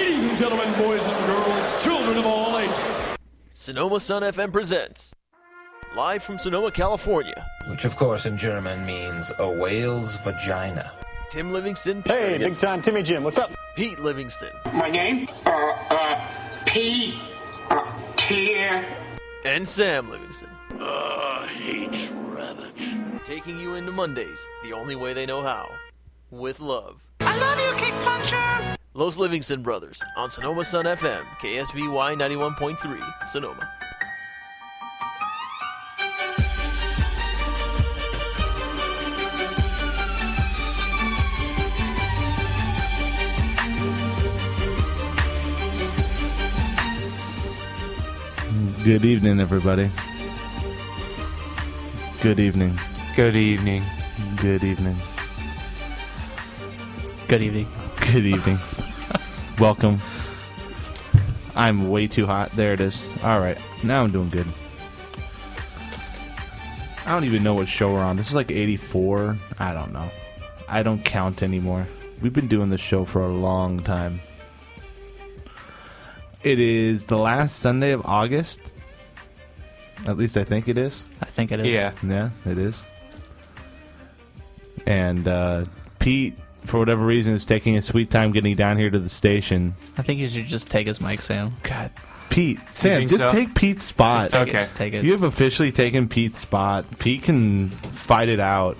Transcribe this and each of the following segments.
gentlemen, boys and girls, children of all ages. Sonoma Sun FM presents live from Sonoma, California. Which, of course, in German means a whale's vagina. Tim Livingston. Hey, big time Timmy Jim. What's up? Pete Livingston. My name? Uh, uh, P. Uh, T. And Sam Livingston. Uh, hates rabbits. Taking you into Mondays the only way they know how. With love. I love you, Kick Puncher! Los Livingston Brothers on Sonoma Sun FM, KSVY 91.3, Sonoma. Good evening, everybody. Good evening. Good evening. Good evening. Good evening. Good evening. Welcome. I'm way too hot. There it is. All right. Now I'm doing good. I don't even know what show we're on. This is like 84. I don't know. I don't count anymore. We've been doing this show for a long time. It is the last Sunday of August. At least I think it is. I think it is. Yeah. Yeah, it is. And uh, Pete, for whatever reason, is taking his sweet time getting down here to the station. I think you should just take his mic, Sam. God. Pete, Sam, just so? take Pete's spot. Just take it, Okay. just take it. You have officially taken Pete's spot. Pete can fight it out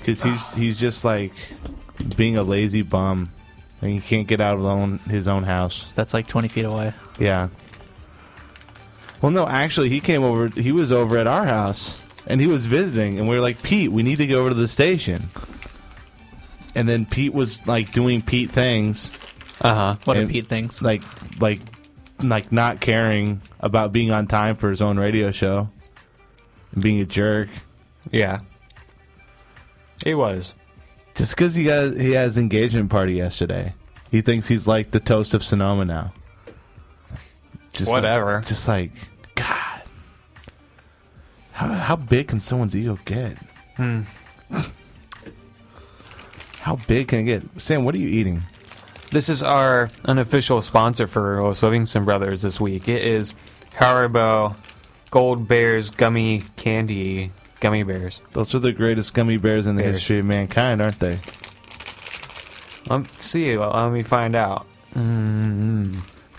because he's he's just like being a lazy bum, and he can't get out of the own, his own house. That's like 20 feet away. Yeah. Well, no, actually, he came over. He was over at our house, and he was visiting, and we were like, Pete, we need to go over to the station. And then Pete was like doing Pete things, Uh huh. What do And- Pete thinks? like like like not caring about being on time for his own radio show, and being a jerk. Yeah. He was. Just because he got he has engagement party yesterday, he thinks he's like the toast of Sonoma now. Just like- Whatever. just like God, how how big can someone's ego get? Hmm. How big can it get? Sam, what are you eating? This is our unofficial sponsor for Los Livingston Brothers this week. It is Haribo Gold Bears Gummy Candy Gummy Bears. Those are the greatest gummy bears in the Bears. history of mankind, aren't they? Let's see. Let me find out.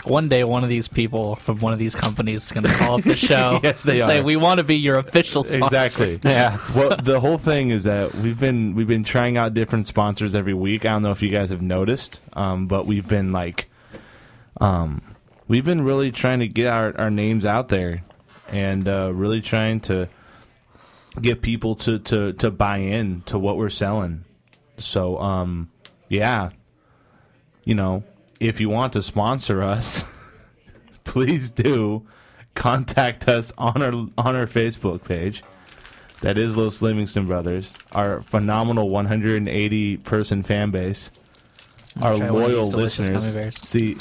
One day, one of these people from one of these companies is going to call up the show Yes, they and say, are. We want to be your official sponsor. Exactly. Yeah. well, the whole thing is that we've been we've been trying out different sponsors every week. I don't know if you guys have noticed, um, but we've been like, um, we've been really trying to get our, our names out there, and uh, really trying to get people to, to to buy in to what we're selling. So, um, yeah, you know, if you want to sponsor us, please do contact us on our on our Facebook page. That is Los Livingston Brothers, our phenomenal 180 person fan base, our try one of loyal these delicious listeners. gummy bears. See,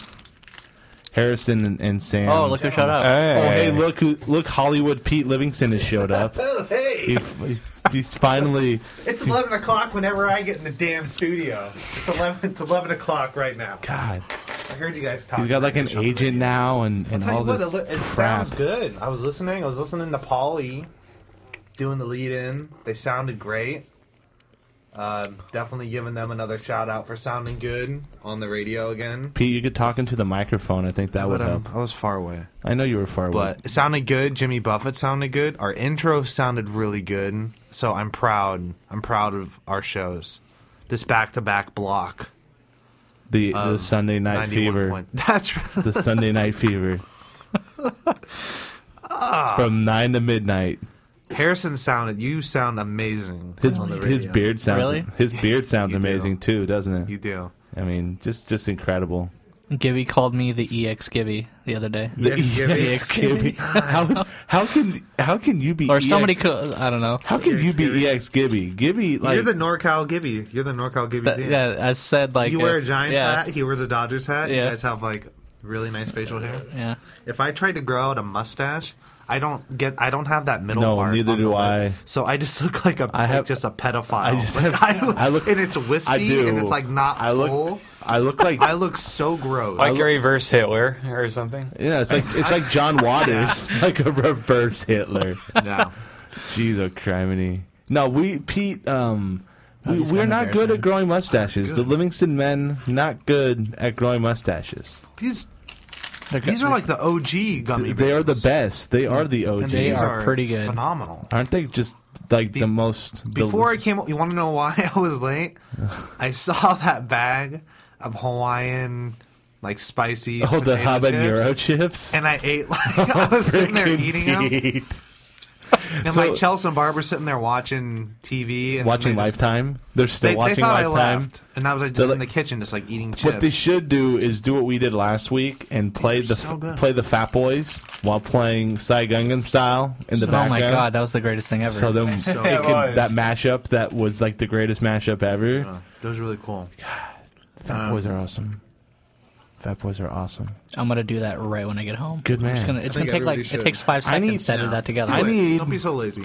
Harrison and, and Sam. Oh, look who showed up. Oh, hey, look who look Hollywood Pete Livingston has showed up. Oh, Hey, He, he's- he's finally it's 11 o'clock whenever I get in the damn studio. It's 11, it's 11 o'clock right now. God. I heard you guys talk. He's got like an I'll agent now and, and tell all you what, this it, lo- it crap. sounds good. I was listening. I was listening to Polly doing the lead in. They sounded great. Um, definitely giving them another shout out for sounding good on the radio again. Pete, you could talk into the microphone. I think that would help. um, I was far away. I know you were far away. But it sounded good. Jimmy Buffett sounded good. Our intro sounded really good. So I'm proud. I'm proud of our shows. This back to back block. The, the Sunday night 91 fever. um, Point. That's right. The Sunday night fever. From nine to midnight. Harrison sounded. You sound amazing. His, on the his radio. beard sounds Really? his beard sounds You do. amazing too, doesn't You it? do. I mean, just just incredible. Gibby called me the EX Gibby the other day. The EX Gibby. How, how can how can you be Or somebody EX could, I don't know. E How can you be EX Gibby? Gibby, like, You're the NorCal Gibby. You're the NorCal Gibby. But, Zan. yeah, I said, like, you wear a if- Giants yeah, hat. He wears a Dodgers hat. Yeah. You guys have like really nice facial hair. Yeah. If I tried to grow out a mustache, I don't get. I don't have that middle No, part. neither on the do lip. I. So I just look like a I have- like just a pedophile. I just Like, have- I look- and it's wispy I do. and it's like not I look. full. I look like. I look so gross. Like a reverse Hitler or something. yeah, it's like it's like John Waters, like a reverse Hitler. no. Jeez, oh criminy. No, we Pete. Um, we, he's we're kinda not there, good man. at growing mustaches. The Livingston men not good at growing mustaches. These They're go- these are like the OG gummy. They are the bears. best. They are the OG. And They these are pretty good. Phenomenal. Aren't they just like the most deli- Before I came, you want to know why I was late? I saw that bag of Hawaiian, like spicy. oh the potato chips, habanero chips? And I ate like I was sitting there Freaking eating them, Pete. and So- like Chelsea and Barb were sitting there watching TV and Watching they just- Lifetime. They're still They, watching they thought I Lifetime. left, and I was like just They're in the like- kitchen, just like eating chips. What they should do is do what we did last week and play the so good. play the Fat Boys while playing Psy Gangnam Style in the oh background. my god, that was the greatest thing ever. So then it It could- was. that mashup that was like the greatest mashup ever. that was really cool. uh, Fat Boys are awesome. Fat Boys are awesome. I'm gonna do that right when I get home. Good I'm just man. gonna, it's I gonna think take like everybody should. it takes five I seconds need- to edit No. that together. I Do it. need- Don't be so lazy.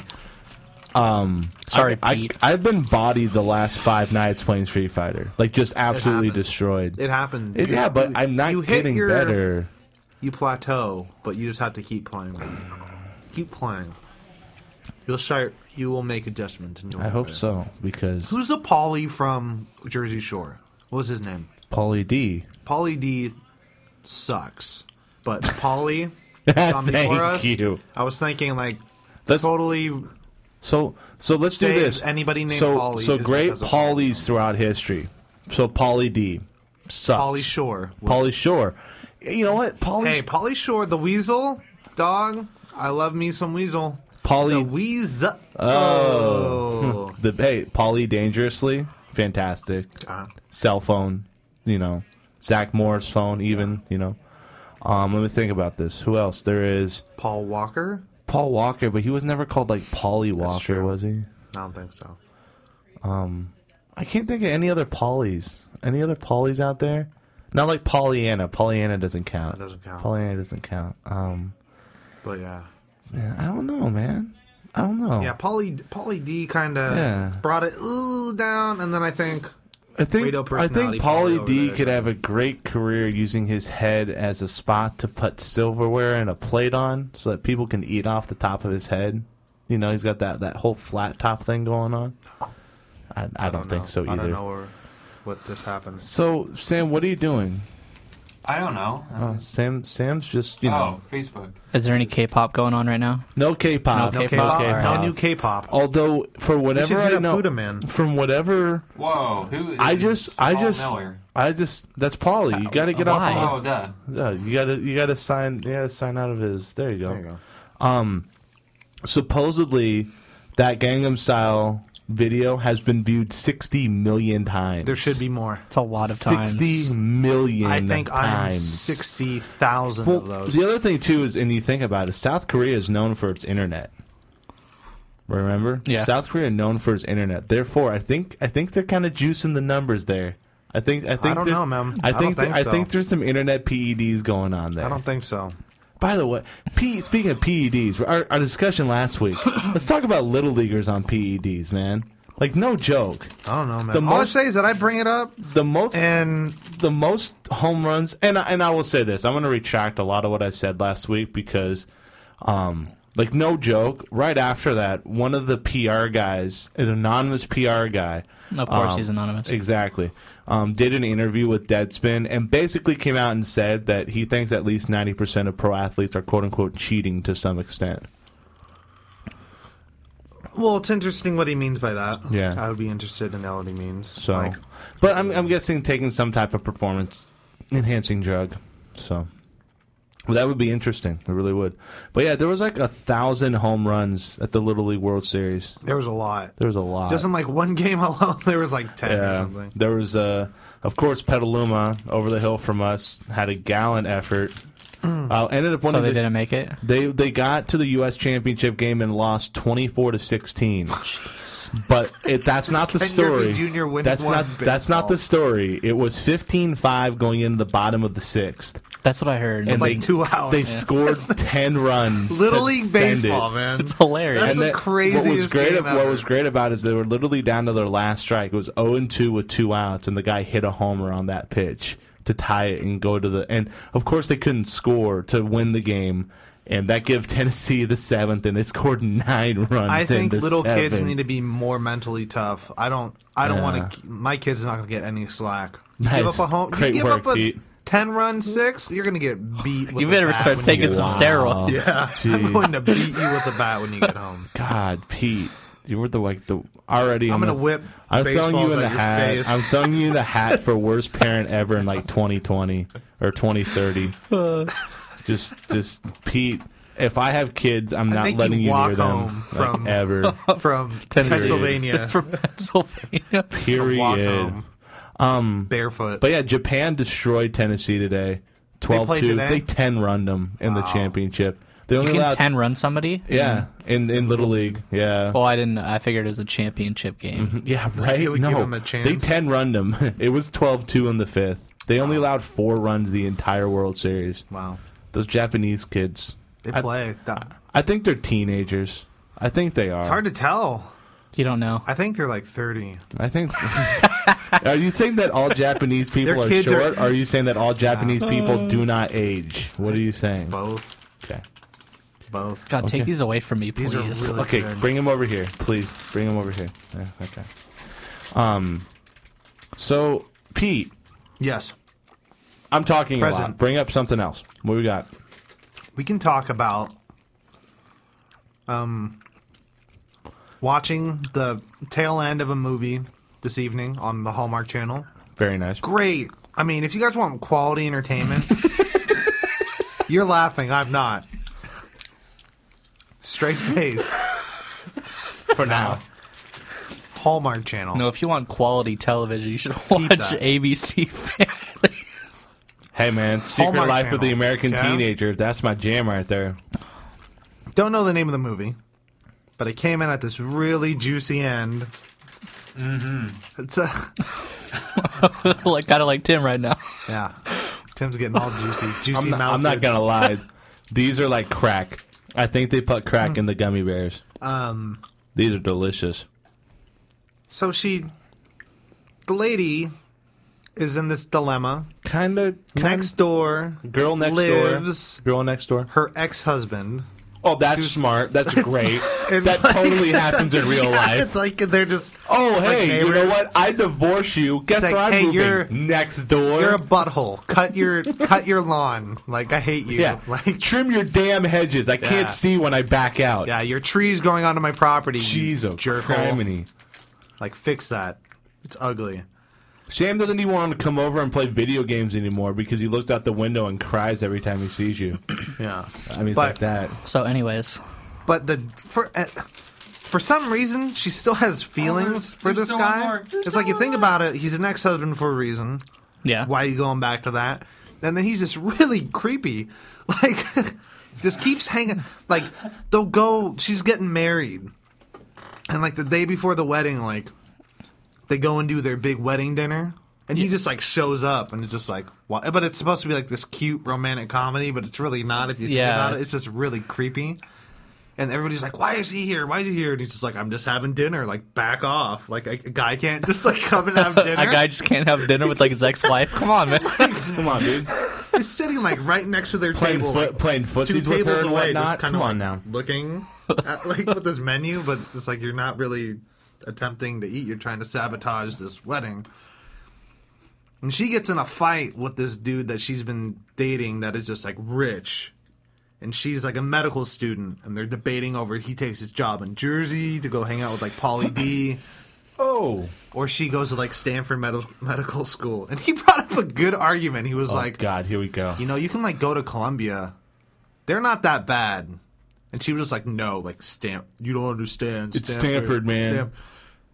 Sorry, I, Pete. I, have been bodied the last five nights playing Street Fighter. Like just absolutely happens. destroyed. It happened. It- You- yeah, but you- I'm not you hit getting your- better. you plateau, but you just have to keep playing. Keep playing. You'll start. You will make adjustments. and you'll I hope get so because better. Who's the Paulie from Jersey Shore? What was his name? Paulie D. Paulie D sucks, but Paulie. John Thank before us, you. I was thinking like That's totally. So so let's do Saves this. anybody named so, Pauly So is great because of Pauly. Paulies throughout history. So Pauly D. Sucks. Paulie Shore. was- Pauly Shore. You know what? Pauly Hey, Paulie Shore, the Weasel dog. I love me some Weasel. The Pauly Weasel. Oh. Oh. the hey, Pauly Dangerously. Fantastic. God. Cell phone, you know. Zach Moore's phone even, you know. Um, let me think about this. Who else? There is Paul Walker. Paul Walker, but he was never called like Pauly Walker, true. was he? I don't think so. I can't think of any other Pollys. Any other Pollys out there? Not like Pollyanna. Pollyanna doesn't count. That doesn't count. Pollyanna doesn't count. Um, But yeah. man, I don't know, man. I don't know. Yeah, Polly Polly D kind of Oh. Yeah. brought it ooh, down, and then I think I think radio I personality think Pauly Polly over D there. could have a great career using his head as a spot to put silverware and a plate on, so that people can eat off the top of his head. You know, he's got that that whole flat top thing going on. I, I, don't, think so either. I don't know where, what this happens. So, Sam, what are you doing? I don't know. Oh, Uh, Sam, Sam's just you know. Facebook. Is there any K-pop going on right now? No K-pop. Oh. No No K-pop? K-pop, Alright. no new K-pop. Although for should whatever hit I up know, Buddha Man. from whatever Whoa, who? Is I just, I just, I just. That's Paulie. You got to get Oh, Why? off. Oh, duh. Yeah, you got to, you got to sign. You got to sign out of his. There you go. There Um, you go. Supposedly, that Gangnam Style video has been viewed sixty million times. There should be more. It's a lot of times. sixty million. I think I'm times. sixty thousand Well, of those. the other thing too is, and you think about it, South Korea is known for its internet. Remember, Yeah. South Korea known for its internet. Therefore, I think I think they're kind of juicing the numbers there. I think I think don't there- know, man. I I don't think there- think I so. think there's some internet PEDs going on there. I don't think so. By the way, P, speaking of PEDs, our, our discussion last week. let's talk about little leaguers on PEDs, man. Like no joke, I don't know, man. The All most- I say is that I bring it up, the most and the most home runs, and I- and I will say this: I'm going to retract a lot of what I said last week because, um, like no joke, right after that, one of the PR guys, an anonymous PR guy, Of course, um, he's anonymous. exactly, um, did an interview with Deadspin and basically came out and said that he thinks at least ninety percent of pro athletes are quote unquote cheating to some extent. well, it's interesting what he means by that. Yeah. I would be interested to know what he means. So, like, but I'm I'm guessing taking some type of performance enhancing drug. So, well, that would be interesting. It really would. But yeah, there was like a thousand home runs at the Little League World Series. there was a lot. There was a lot. Just in like one game alone, there was like ten or yeah, something. there was uh, of course Petaluma over the hill from us had a gallant effort. Uh, ended up Mm. so winning. they the- didn't make it. they they got to the U.S. Championship game and lost twenty four to sixteen. But it, that's not the Ken Griffey story. Jr. winning that's one not that's baseball. not the story. It was 15-5 going into the bottom of the sixth. That's what I heard. and like they- two hours. They Yeah. scored ten runs. Little to League send it. Baseball, man. it's hilarious. That's the And that- What was craziest great? game ab- What ever. was great about it is they were literally down to their last strike. It was zero and two with two outs, and the guy hit a homer on that pitch to tie it and go to the. And of course, they couldn't score to win the game, and that gave Tennessee the seventh, and they scored nine runs. I think into little kids seven. need to be more mentally tough. I don't. I don't want to. My kid's not going to get any slack. You give Nice. up a home. Great you give work, up a Pete. ten run six. You're going to get beat. With you a better bat start when taking you some get home. steroids. Yeah, I'm Jeez. going to beat you with a bat when you get home. God, Pete, you were the like the already. I'm in gonna the- whip I'm throwing you baseballs in at the your hat. face. I'm throwing you in the hat for worst parent ever in like 2020 or 2030. just, just Pete. If I have kids, I'm not make you letting you, walk near them home like, from- ever. From Tennessee. Pennsylvania, From Pennsylvania. walk Period. home. barefoot. But yeah, Japan destroyed Tennessee today. 12 2. today? They 10 run them in the championship. They only You can allowed, ten run somebody. Yeah, in, in Little League. Yeah. Oh, I didn't. I figured it was a championship game. Mm-hmm. Yeah, right. would no, give him a chance. they ten runned them. It was 12-2 in the fifth. They only allowed four runs the entire World Series. wow, Those Japanese kids. they I- play. That- I think they're teenagers. I think they are. It's hard to tell. You don't know. Mm-hmm. I think they're like 30. I think. are you saying that all Japanese people Their are kids are- short? Or are you saying that all Japanese people do not age? What are you saying? Both, Okay. both. God, take Okay. these away from me, please. These are really Okay, good. bring him over here, please. Bring him over here. Yeah, okay. Um. So Pete, Yes, I'm talking a lot. Present. Bring up something else. What we got? we can talk about um watching the tail end of a movie this evening on the Hallmark Channel. Very nice. Great. I mean, if you guys want quality entertainment, you're laughing. I'm not. Straight face for now. Hallmark Channel. No, if you want quality television, you should watch that. ABC Family. Hey man, Secret Hallmark Life Channel, of the American okay? Teenager. That's my jam right there. Don't know the name of the movie, but it came in at this really juicy end. Mm-hmm. Mm-hmm. It's uh, a like kind of like Tim right now. yeah. Tim's getting all juicy, juicy I'm not, mouth. I'm not gonna lie. These are like crack. I think they put crack Hmm. in the gummy bears. Um, these are delicious. So she, the lady, is in this dilemma. Kind of Next door, girl next lives door. Girl next door. her ex-husband. Oh, that's smart. That's great. And that like- totally happens in real life. It's like they're just. Oh, like hey, you know neighbors. what? I divorce you. Guess like, where I'm hey, moving? you're- next door. You're a butthole. Cut your cut your lawn. Like I hate you. yeah. Like Trim your damn hedges. I Yeah. can't see when I back out. yeah, your tree's going onto my property. you Jeez, oh, jerk. hole. criminy. Like fix that. It's ugly. Sam doesn't even want to come over and play video games anymore because he looks out the window and cries every time he sees you. Yeah. I mean, But- it's like that. So, anyways, Uh, But the for uh, for some reason she still has feelings for this guy. It's like you think about it. He's an ex-husband for a reason. yeah. why are you going back to that? And then he's just really creepy. Like, just keeps hanging. Like, they'll go, she's getting married. And, like, the day before the wedding, like, they go and do their big wedding dinner. And he just, like, shows up and it's just like, what? But it's supposed to be, like, this cute romantic comedy, but it's really not if you think Yeah. about it. It's just really creepy. And everybody's like, why is he here? Why is he here? And he's just like, I'm just having dinner. Like, back off. Like, a, a guy can't just, like, come and have dinner. A guy just can't have dinner with like his ex-wife. Come on, man. Come on, dude. is sitting like right next to their Playing table, fo- like, playing two footsies with her tables and away, whatnot. just kind Come of on now. looking at like with this menu, but it's like you're not really attempting to eat. You're trying to sabotage this wedding. And she gets in a fight with this dude that she's been dating that is just like rich. And she's like a medical student, and they're debating over he takes his job in Jersey to go hang out with like Polly D Oh, or she goes to like Stanford med- medical school. And he brought up a good argument. He Oh, was like, God, here we go. you know, you can like go to Columbia. They're not that bad. And she was just like, no, like Stan, you don't understand. It's Stanford, man.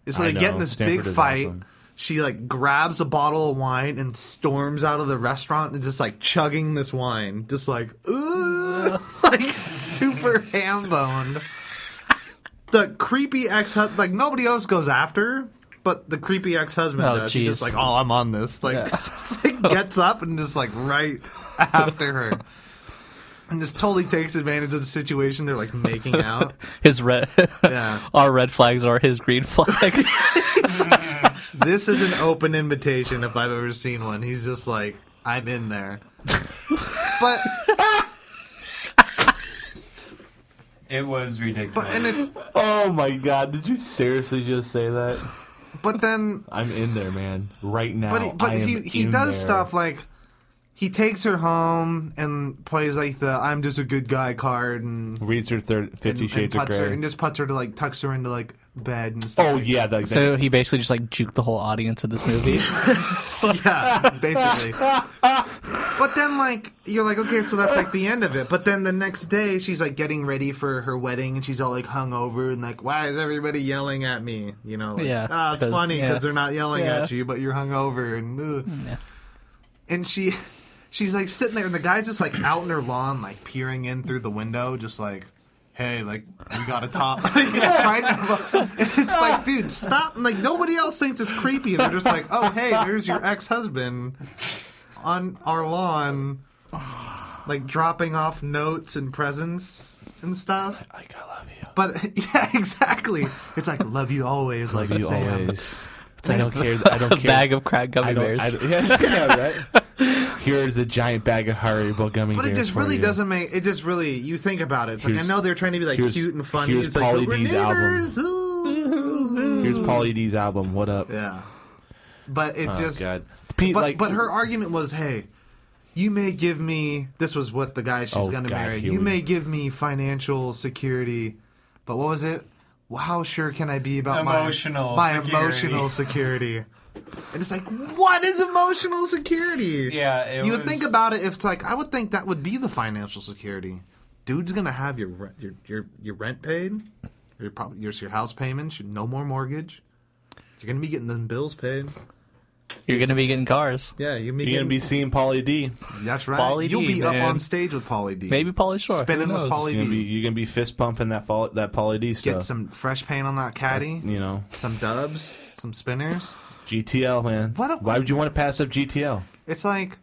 It's I like they get know. in this Stanford big is fight. awesome. She like grabs a bottle of wine and storms out of the restaurant and just like chugging this wine, just like ooh, like super ham boned. The creepy ex husband, like nobody else goes after, her, but the creepy ex husband Oh, does. He jeez. just like, oh, I'm on this. Like, just, like gets up and just like right after her. And just totally takes advantage of the situation they're like making out. His red, Yeah. our red flags are his green flags. This is an open invitation if I've ever seen one. He's just like, I'm in there. But It was but ridiculous. and it's Oh my god! Did you seriously just say that? but then I'm in there, man. Right now. but he, but Oh, I am he he in does there. stuff like he takes her home and plays like the I'm just a good guy card and Reads her third, and, Fifty and Shades of puts her Grey. and just puts her to like tucks her into like bed and stuff. oh yeah, the, so he basically just like juked the whole audience of this movie. yeah, basically. but then, like, you're like, okay, so that's like the end of it. But then the next day, she's like getting ready for her wedding, and she's all like hungover and like, why is everybody yelling at me? You know, like, Yeah, ah, it's 'cause- funny because yeah. they're not yelling Yeah. at you, but you're hungover and. ugh. And she, she's like sitting there, and the guy's just like out in her lawn, like peering in through the window, just like. Hey, like we got a top. Like, trying to- and it's like, dude, stop! And, like nobody else thinks it's creepy, and they're just like, oh, hey, there's your ex-husband on our lawn, like dropping off notes and presents and stuff. like, I love you. But yeah, exactly. It's like love you always, love like You you always. always. like I don't care. I don't a care. bag of crack gummy I don't, bears. I don't, yeah, yeah, right. Here's a giant bag of Haribo gummy But bears. it just for really you. doesn't make it. Just really, you think about it. It's like I Here's- know they're trying to be like here's- cute and funny. here's it's like, Pauly "We're D's album. neighbors, ooh." Here's Pauly D's album. What up? Mm. Yeah, but it Oh, just. God. Pete, but, like, but her argument was, hey, you may give me. This was what the guy she's Oh, going to God, marry. here You we- may give me financial security, but what was it? Well, How sure can I be about Emotional my my security. emotional security? and it's like, what is emotional security? Yeah, it you would was- think about it if it's like I would think that would be the financial security. Dude's gonna have your rent, your your your rent paid, your probably your, your house payments, no more mortgage. You're gonna be getting them bills paid. You're gonna be getting cars. Yeah, you're, You're gonna be seeing Pauly D. That's right. Pauly You'll D, be up man. on stage with Polly D. Maybe Polly Shore. Spinning Who with knows? Pauly You're D. gonna be, uh, you're gonna be fist pumping that fall, that Pauly D Get stuff. some fresh paint on that caddy, you know, some dubs, some spinners. GTL man. What a- Why would you want to pass up GTL? It's like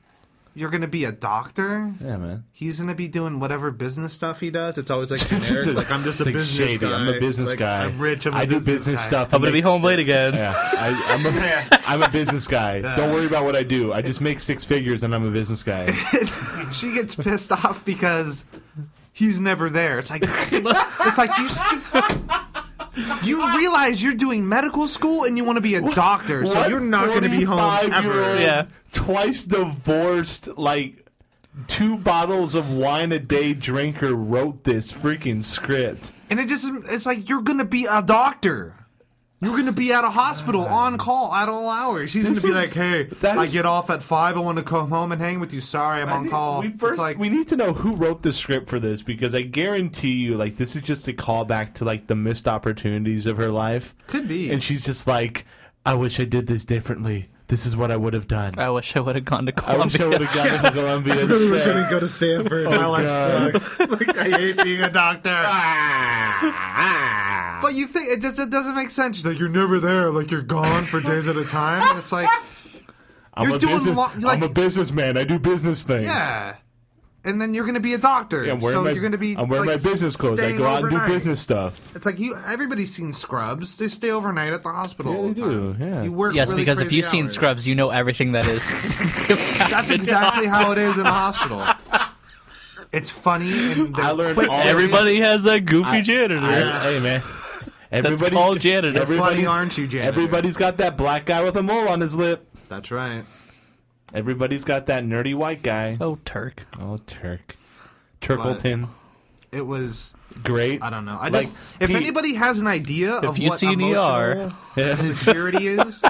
you're gonna be a doctor. Yeah, man. He's gonna be doing whatever business stuff he does. It's always like generic. It's a- like I'm just it's a like business shady. guy. I'm a business Like, guy. I'm rich. I'm a I do business business guy. stuff. I'm gonna be home late again. Yeah, I, I'm a, I'm a business guy. Don't worry about what I do. I just make six figures and I'm a business guy. She gets pissed off because he's never there. It's like it's like you. Stu- you realize you're doing medical school and you want to be a doctor, so What you're not going to be home 45-year-old, ever. Yeah. Twice divorced, like two bottles of wine a day drinker wrote this freaking script. And it just it's like you're gonna be a doctor. You're gonna be at a hospital on call at all hours. He's gonna This be is- like, "Hey, that I is- get off at five. I want to come home and hang with you. Sorry, I'm on call." We first it's like, we need to know who wrote the script for this because I guarantee you, like this is just a callback to like the missed opportunities of her life. Could be. And she's just like, I wish I did this differently. This is what I would have done. I wish I would have gone to I wish I Uh, Columbia. would have gone to Columbia. instead." go to Stanford. Oh, My life sucks. like I hate being a doctor. Ah. but you think it just it doesn't make sense. She's like, "You're never there. Like you're gone for days at a time." And it's like, I'm You're a doing business. lo- like- I'm a businessman. I do business things. yeah. And then you're gonna be a doctor, Yeah, I'm wearing so my, you're gonna be. I'm wearing like, my business clothes. I staying go out and do overnight. business stuff. It's like you. Everybody's seen Scrubs. They stay overnight at the hospital. Yeah, all they the time. do, yeah. You work. yes, really because if crazy you've seen hours. Scrubs, you know everything that is. that's exactly how it is in a hospital. It's funny. And I learned quick- all- Everybody has that goofy janitor. Hey man, everybody. called janitor. Funny, Everybody's, aren't you, janitor? Everybody's got that black guy with a mole on his lip. That's right. Everybody's got that nerdy white guy. Oh, Turk. Oh, Turk, Turkleton, It was. great. I don't know. I Like, just. If Pete- anybody has an idea of you what see an ER. emotional security is,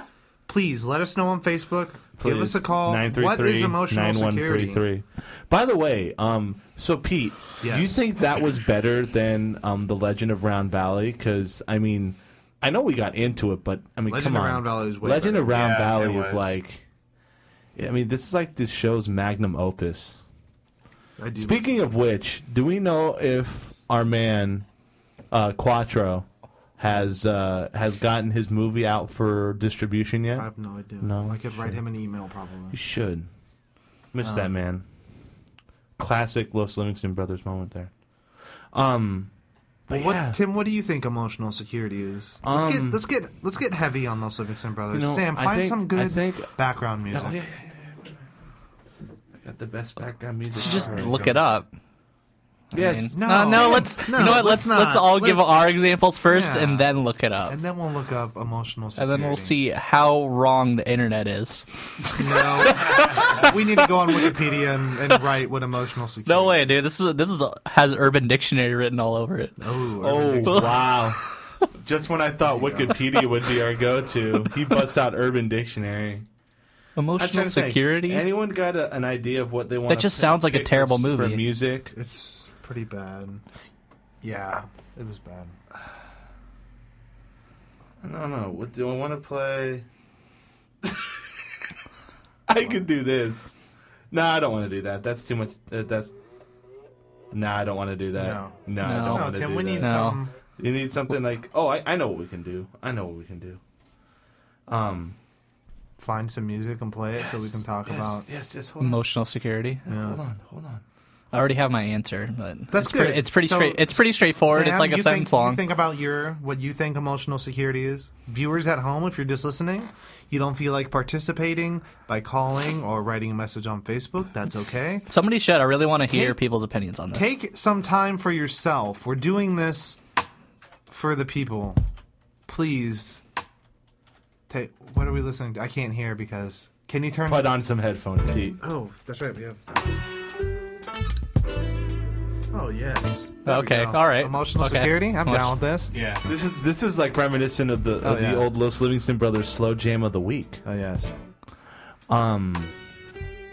please let us know on Facebook. Give us a call. What is emotional security? 9133. By the way, um, so Pete, Yes. you think that was better than um, the Legend of Round Valley? Because I mean, I know we got into it, but I mean, Legend come of on, Round Valley is way Legend of better. Round Yeah, Valley it was. is like, I mean, this is like this show's magnum opus. I do. Speaking of which, do we know if our man uh, Quattro has uh, has gotten his movie out for distribution yet? I have no idea. No, I could write him an email probably. Um, You should miss that man. classic Los Livingston Brothers moment there. Um, but What, yeah, Tim, what do you think emotional security is? Let's Um, get let's get let's get heavy on those Livingston brothers. You know, Sam, I find think- some I good think- background music. Oh, yeah, yeah, got the best background music. Just There we look go. it up. Yes. no, No, Uh, no. Sam, Let's no, you know what? let's Let's let's not. all give Let's- our examples first, Yeah. and then look it up, And then we'll look up emotional and security. then we'll see how wrong the internet is. No, we need to go on Wikipedia and, and write what emotional security. No way, dude. This is this is has Urban Dictionary written all over it. Oh, Oh wow! Just when I thought Wikipedia would be our go-to, he busts out Urban Dictionary. I'm trying Emotional to think, security. anyone got a, an idea of what they want? just sounds like a terrible for movie. music. It's pretty bad. Yeah, it was bad. No, no. What do I want to play? I can do this. No, I don't want to do that. That's too much. Uh, that's. No, I don't want to do that. No. no, I No. don't No, want to Tim, do we that. need No. some. You need something like, oh, I, I know what we can do. I know what we can do. Um, Find some music and play it so we can talk yes, about. yes, yes. Hold on. Emotional security. Hold on, hold on. I already have my answer, but That's it's pre- good. it's pretty So, straight. It's pretty straightforward. Sam, it's like a you sentence think, long. You think about your what you think emotional security is. Viewers at home, if you're just listening, you don't feel like participating by calling or writing a message on Facebook. That's okay. Somebody should. I really want to hear people's opinions on this. Take some time for yourself. We're doing this for the people. Please. Take. What are we listening to? I can't hear because. Can you turn? Put on some headphones, Pete. Oh, that's right. We have. Oh yes. There we okay, go. all right. Emotional Okay. security. I'm Emotion- down with this. Yeah. This is this is like reminiscent of the Oh, of yeah. the old Los Livingston Brothers slow jam of the week. Oh yes. Um,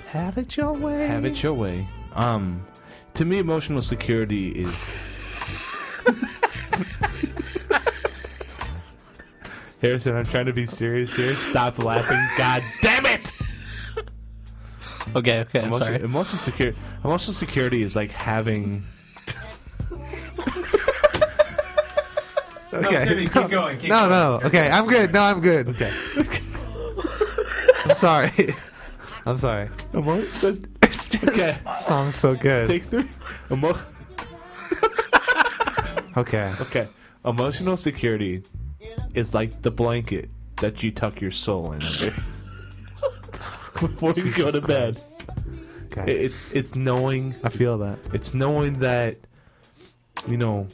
Have it your way. have it your way. Um, to me, emotional security is. Harrison, I'm trying to be serious here. Stop laughing. God damn it! Okay, okay. I'm Emotion- sorry. Emotional security. Emotional security is like having. Okay. keep going. Keep No, no. Okay, I'm good. No, I'm good. Okay. I'm sorry. I'm sorry. Emo- okay. song's so good. Take three. Emo- Okay. okay. Emotional security is like the blanket that you tuck your soul in under before you go to bed. It- Okay. It's it's knowing I feel that. it's knowing that you know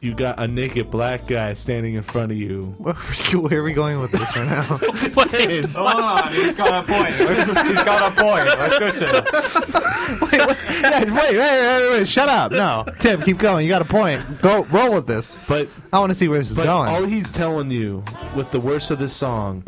you got a naked black guy standing in front of you. Where are we going with this right now? Wait, Hold on, he's got a point. he's got a point. Let's go to it. Yeah, wait, wait, wait, wait. Shut up. No. Tim, keep going. You got a point. Go roll with this. But I want to see where this is But going. all he's telling you with the words of this song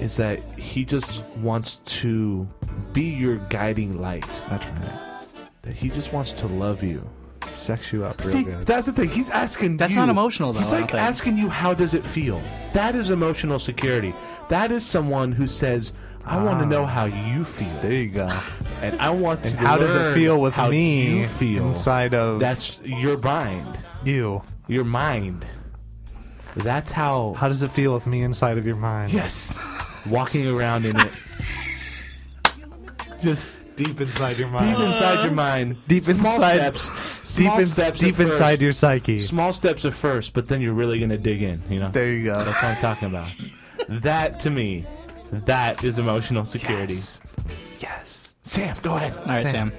is that he just wants to be your guiding light. That's right. That he just wants to love you. Sex you up real See, good. that's the thing. He's asking. That's you- not emotional, though, He's I don't like think. asking you, "How does it feel?" That is emotional security. That is someone who says, "I want to know how you feel, there you go. and I want to." Ah. And how does it learn feel with how me You feel inside of That's your mind. you? Your mind. That's how. How does it feel with me inside of your mind? Yes. Walking around in it. Just Deep inside your deep mind. inside your mind. Deep small inside- Steps, deep, small in- steps deep at first. inside your psyche. Small steps at first, but then you're really going to dig in, you know? There you go. That's what I'm talking about. that, to me, that is emotional security. Yes. Yes. Sam, go ahead. All right, Sam.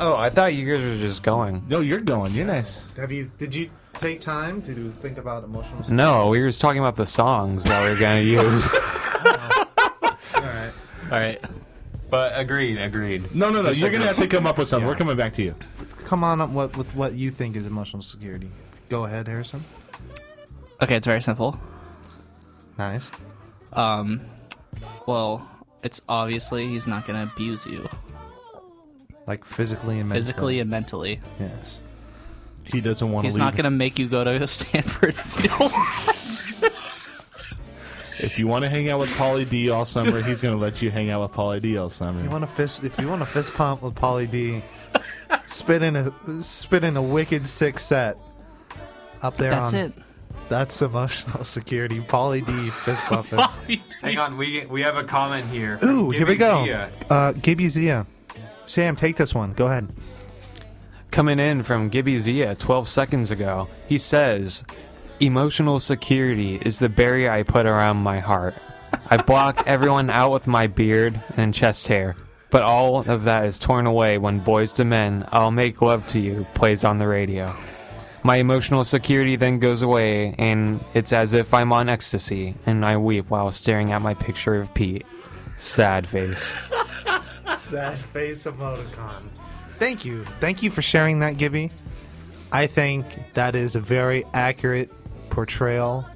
Oh, I thought you guys were just going. No, you're going. You're nice. Have you? Did you take time to think about emotional? No, we were just talking about the songs that we are gonna use. All right. but agreed, agreed. No, no, no. Just you're like going to a- have to come up with something. We're coming back to you. Come on up what, with what you think is emotional security. Go ahead, Harrison. Okay, it's very simple. Nice. Um, well, it's obviously he's not gonna abuse you Like physically and mentally. physically and mentally. yes. He doesn't want to He's leave. not gonna make you go to Stanford. If you want to hang out with Pauly D all summer, he's going to let you hang out with Pauly D all summer. You want a fist? If you want a fist pump with Polly D, spit in a spit in a wicked six set. Up there. That's on, it. That's emotional security. Polly D fist pumping. Hang on, we we have a comment here. Ooh, here we go. Uh, Gibby Zia. Sam, take this one. Go ahead. Coming in from Gibby Zia 12 seconds ago, he says, Emotional security is the barrier I put around my heart. I block everyone out with my beard and chest hair, but all of that is torn away when Boys to Men, I'll Make Love to You plays on the radio. My emotional security then goes away, and it's as if I'm on ecstasy, and I weep while staring at my picture of Pete. Sad face. Sad face emoticon. Thank you. Thank you for sharing that, Gibby. I think that is a very accurate portrayal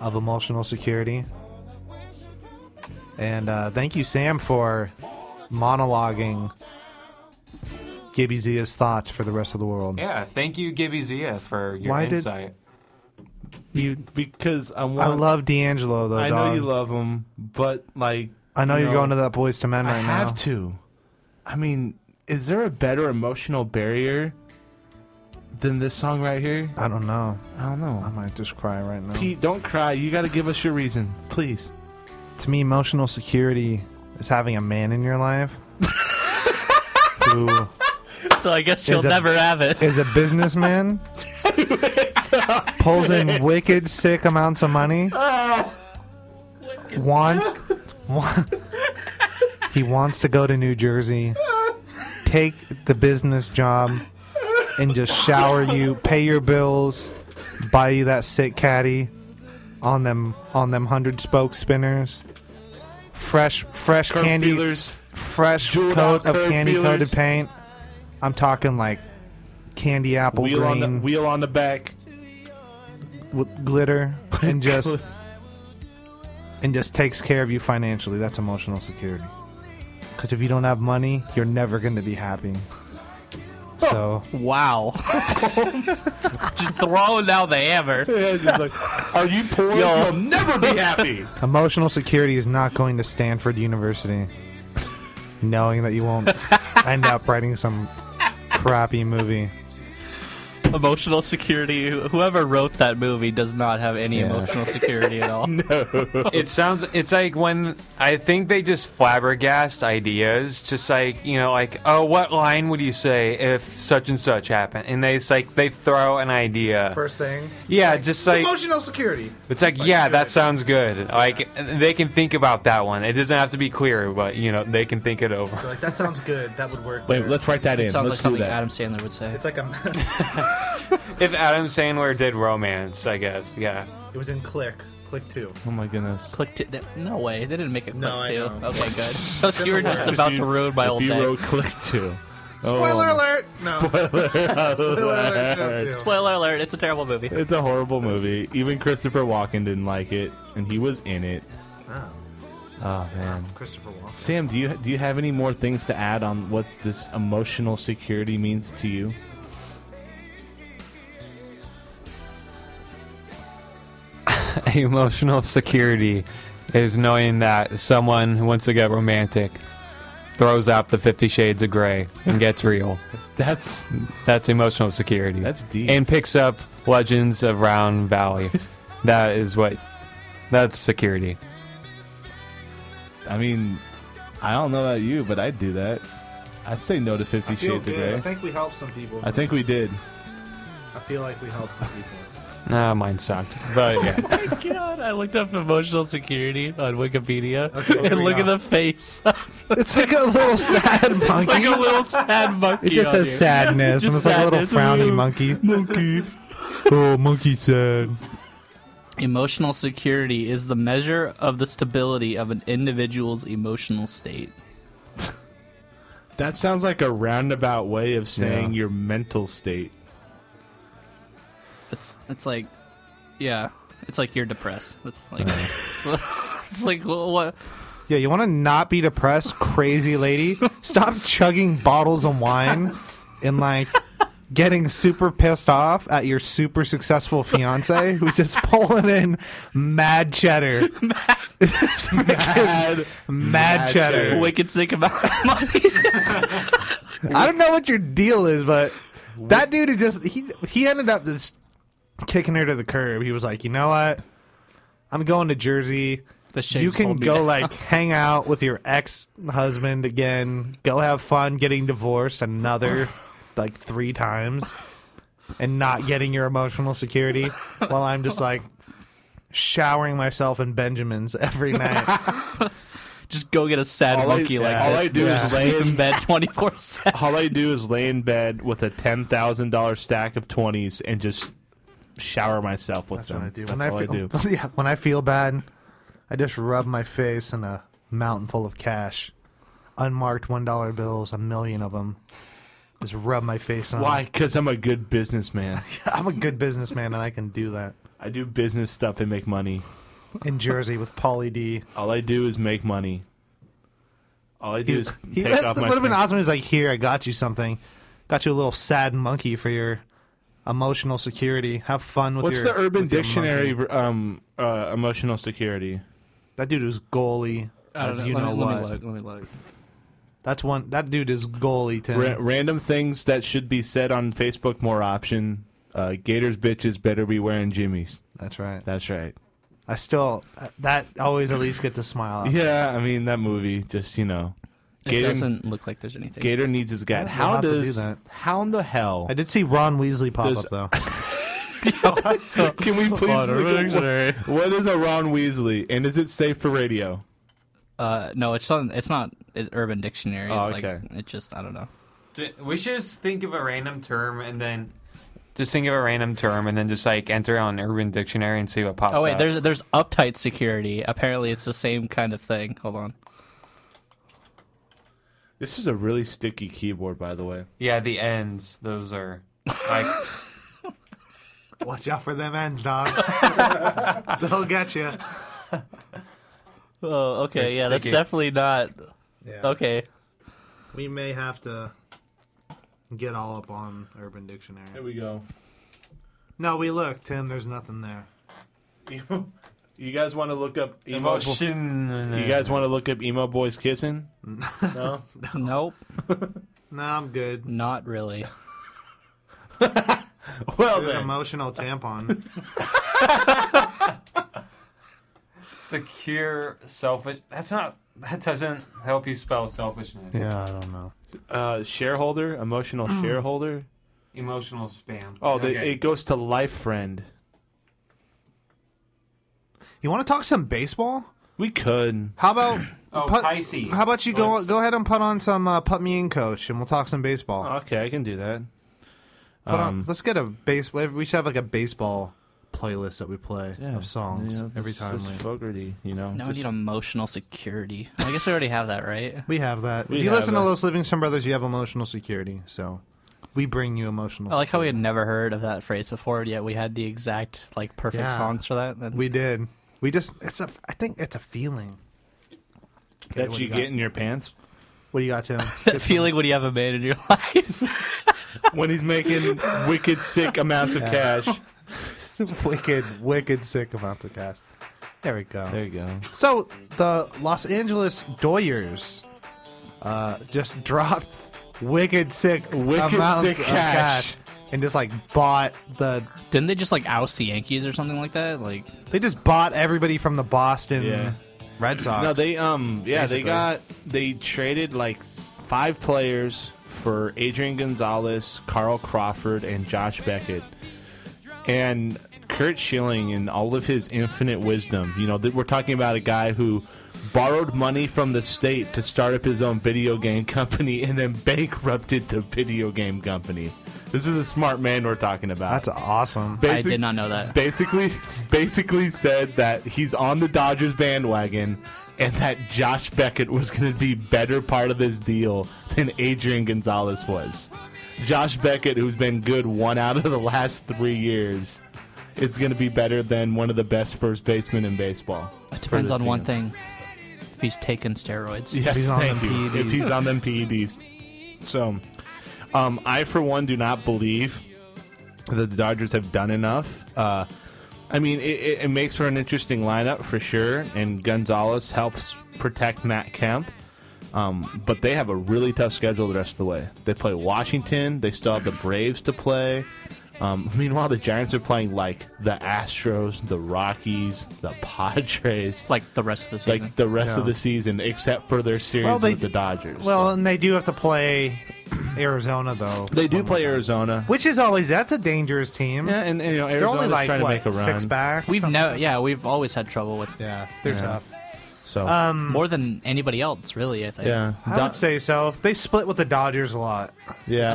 of emotional security. And uh, thank you, Sam, for monologuing Gibby Zia's thoughts for the rest of the world. Yeah, thank you, Gibby Zia, for your Why did- insight. You because I want. I love D'Angelo, though. I know dog. you love him, but like I know you're going to that Boys to Men I right now. have to. I mean, is there a better emotional barrier than this song right here? I don't know. I don't know. I might just cry right now. Pete, don't cry. You got to give us your reason, please. To me, emotional security is having a man in your life who So I guess Is you'll a- never have it. is a businessman, pulls in wicked sick amounts of money, wants, wa- he wants to go to New Jersey, take the business job, and just shower you, pay your bills, buy you that sick caddy on them on them hundred spoke spinners, fresh fresh Curb candy feelers. fresh Jeweled coat of out curb candy coated feelers. paint. I'm talking like candy apple Wheel on green the wheel on the back. with glitter and just and just takes care of you financially. That's emotional security. Because if you don't have money, you're never going to be happy. So Wow. Just throwing down the hammer. Yeah, just like, are you poor? Yo. You'll never be happy. emotional security is not going to Stanford University. Knowing that you won't end up writing some crappy movie. Emotional security. Whoever wrote that movie does not have any Yeah. emotional security at all. it sounds it's like when I think they just flabbergast ideas, just like you know, like oh, what line would you say if such and such happened? And they it's like they throw an idea. First thing, Yeah, just like emotional security. it's like yeah, that sounds good. Like they can think about that one. It doesn't have to be clear, but you know they can think it over. Like that sounds good. That would work. Wait, let's write that in. Sounds let's like do something that. Adam Sandler would say. like a. If Adam Sandler did romance, I guess yeah. it was in Click. Click two. Oh my goodness. Click two. No way. They didn't make it click No, I two. know. Okay, good. you were just If about you- to ruin my if whole you day. wrote click two. Spoiler Oh, alert! No. Spoiler alert, no, too. Spoiler alert! It's a terrible movie. It's a horrible movie. Even Christopher Walken didn't like it, and he was in it. Oh man, Christopher Walken. Sam, do you do you have any more things to add on what this emotional security means to you? emotional security is knowing that someone who wants to get romantic throws out the 50 shades of gray and gets real That's that's emotional security That's deep. and picks up legends of round valley that is what that's security I mean, I don't know about you, but I'd do that. I'd say no to Fifty I feel Shades good. I of Grey. think we helped some people. I think we did. I feel like we helped some people. ah mine sucked but yeah God, I looked up emotional security on Wikipedia, here and we look at go. the face. It's like a little sad monkey. like a little sad monkey. it just on says here. sadness, and it's Just like a little sadness. frowny monkey. Monkey. oh, monkey sad. Emotional security is the measure of the stability of an individual's emotional state. That sounds like a roundabout way of saying Yeah. your mental state. It's it's like, yeah, it's like you're depressed. It's like, it's like wha- what? Yeah, you want to not be depressed, crazy lady? Stop chugging bottles of wine and like getting super pissed off at your super successful fiance who's just pulling in mad cheddar. Mad, Mad cheddar. Wicked sick about money. I don't know what your deal is, but that dude is just he he ended up just kicking her to the curb. He was like, you know what? I'm going to Jersey. The shakes you can hold me go down. like hang out with your ex husband again, go have fun getting divorced another like three times and not getting your emotional security while I'm just like showering myself in Benjamins every night. just go get a sad All I- monkey like all this. I do is Just lay sleep in- in bed twenty four seven. All I do is lay in bed with a ten thousand dollar stack of twenties and just shower myself with them. That's when all I feel, do. yeah, when I feel bad, I just rub my face in a mountain full of cash, unmarked one dollar bills, a million of them. Just rub my face on. Why? Why? Because I'm a good businessman. I'm a good businessman and I can do that. I do business stuff and make money. In Jersey with Paulie D. All I do is make money. All I do He's- is He, take that off would my. have been awesome. He's like, here, I got you something. Got you a little sad monkey for your emotional security. Have fun with What's your. the Urban with your monkey." Dictionary um, uh, emotional security? That dude is goalie. I don't As know. you Let know me- what? Let me look. Let me look. That's one. That dude is goalie. Tim. Ra- random things that should be said on Facebook more option. Uh, Gators bitches better be wearing jimmies. That's right. That's right. I still that always at least gets a smile. Out. of me. Yeah, I mean that movie. Just you know, It doesn't look like there's anything. Gator needs his guide. We'll How have to do does that. how in the hell? I did see Ron Weasley pop There's- up though. Can we please? Water look at Dictionary. what- what is a Ron Weasley, and is it safe for radio? Uh, no, it's not. It's not an Urban Dictionary. Oh, It's okay. like it just. I don't know. D- We should just think of a random term and then just think of a random term and then just like enter on Urban Dictionary and see what pops. Oh wait, up. there's there's uptight security. Apparently, it's the same kind of thing. Hold on. This is a really sticky keyboard, by the way. yeah the ends. Those are like Watch out for them ends, dog. They'll get you. Oh, okay. They're yeah, that's sticky. definitely not. Yeah. Okay. We may have to get all up on Urban Dictionary. we go. No, we look, Tim. There's nothing there. You guys want to look up emo? Bo- emotion. you guys want to look up emo boys kissing? No. Nope. No, I'm good. Not really. well There's then, emotional tampon. secure selfish. That's not. That doesn't help you spell selfishness. yeah, I don't know. uh, shareholder, emotional shareholder. Emotional spam. Oh, they, it goes to life friend. You want to talk some baseball? We could. How about Oh, put- Pisces. How about you go Let's- go ahead and put on some uh, put me in, coach, and we'll talk some baseball. Okay, I can do that. Put on, Um, let's get a base. We should have like a baseball playlist that we play of songs Yeah, every just- time we. just Fogarty, you know. Now just- we need emotional security. I guess we already have that, right? We have that. We if you have listen that. to Los Livingston Brothers, you have emotional security. So we bring you emotional. I like how we had security. never heard of that phrase before, yet we had the exact like perfect Yeah. songs for that. And we did. We just it's a. I think it's a feeling. that you get in your pants What do you got, Tim? that feeling when you have a man in your life. when he's making wicked sick amounts of cash. wicked, wicked sick amount of cash. There we go. There you go. So the Los Angeles Doyers uh, just dropped wicked sick, Wicked amounts sick of cash. and just like bought the. Didn't they just like oust the Yankees or something like that? Like They just bought everybody from the Boston Yeah. Red Sox. No, they um yeah Basically. they got they traded like s- five players for Adrian Gonzalez, Carl Crawford, and Josh Beckett, and Kurt Schilling and all of his infinite wisdom. You know, th- we're talking about a guy who borrowed money from the state to start up his own video game company and then bankrupted the video game company. This is a smart man we're talking about. That's awesome. I did not know that. basically basically said that he's on the Dodgers bandwagon and that Josh Beckett was going to be better part of this deal than Adrian Gonzalez was. Josh Beckett, who's been good one out of the last three years, is going to be better than one of the best first basemen in baseball. It depends this on one team. thing: if he's taken steroids. Yes, he's on thank them E you. PEDs. If he's on them PEDs. So, um, I for one do not believe that the Dodgers have done enough. Uh, I mean, it, it, it makes for an interesting lineup for sure, and Gonzalez helps protect Matt Kemp. Um, but they have a really tough schedule the rest of the way. They play Washington. They still have the Braves to play. Um, meanwhile, the Giants are playing like the Astros, the Rockies, the Padres, like the rest of the season, like the rest of Yeah. the season, except for their series Well, they- with the Dodgers. Well, and they do have to play Arizona though, they do play Arizona. which is always that's a dangerous team. Yeah, and, and, you know They're only Arizona's like trying to what, make a run. six back. We've no, yeah, we've always had trouble with yeah, they're Yeah. tough. So Um, more than anybody else, really. I think. yeah, I Do- would say so. They split with the Dodgers a lot. yeah,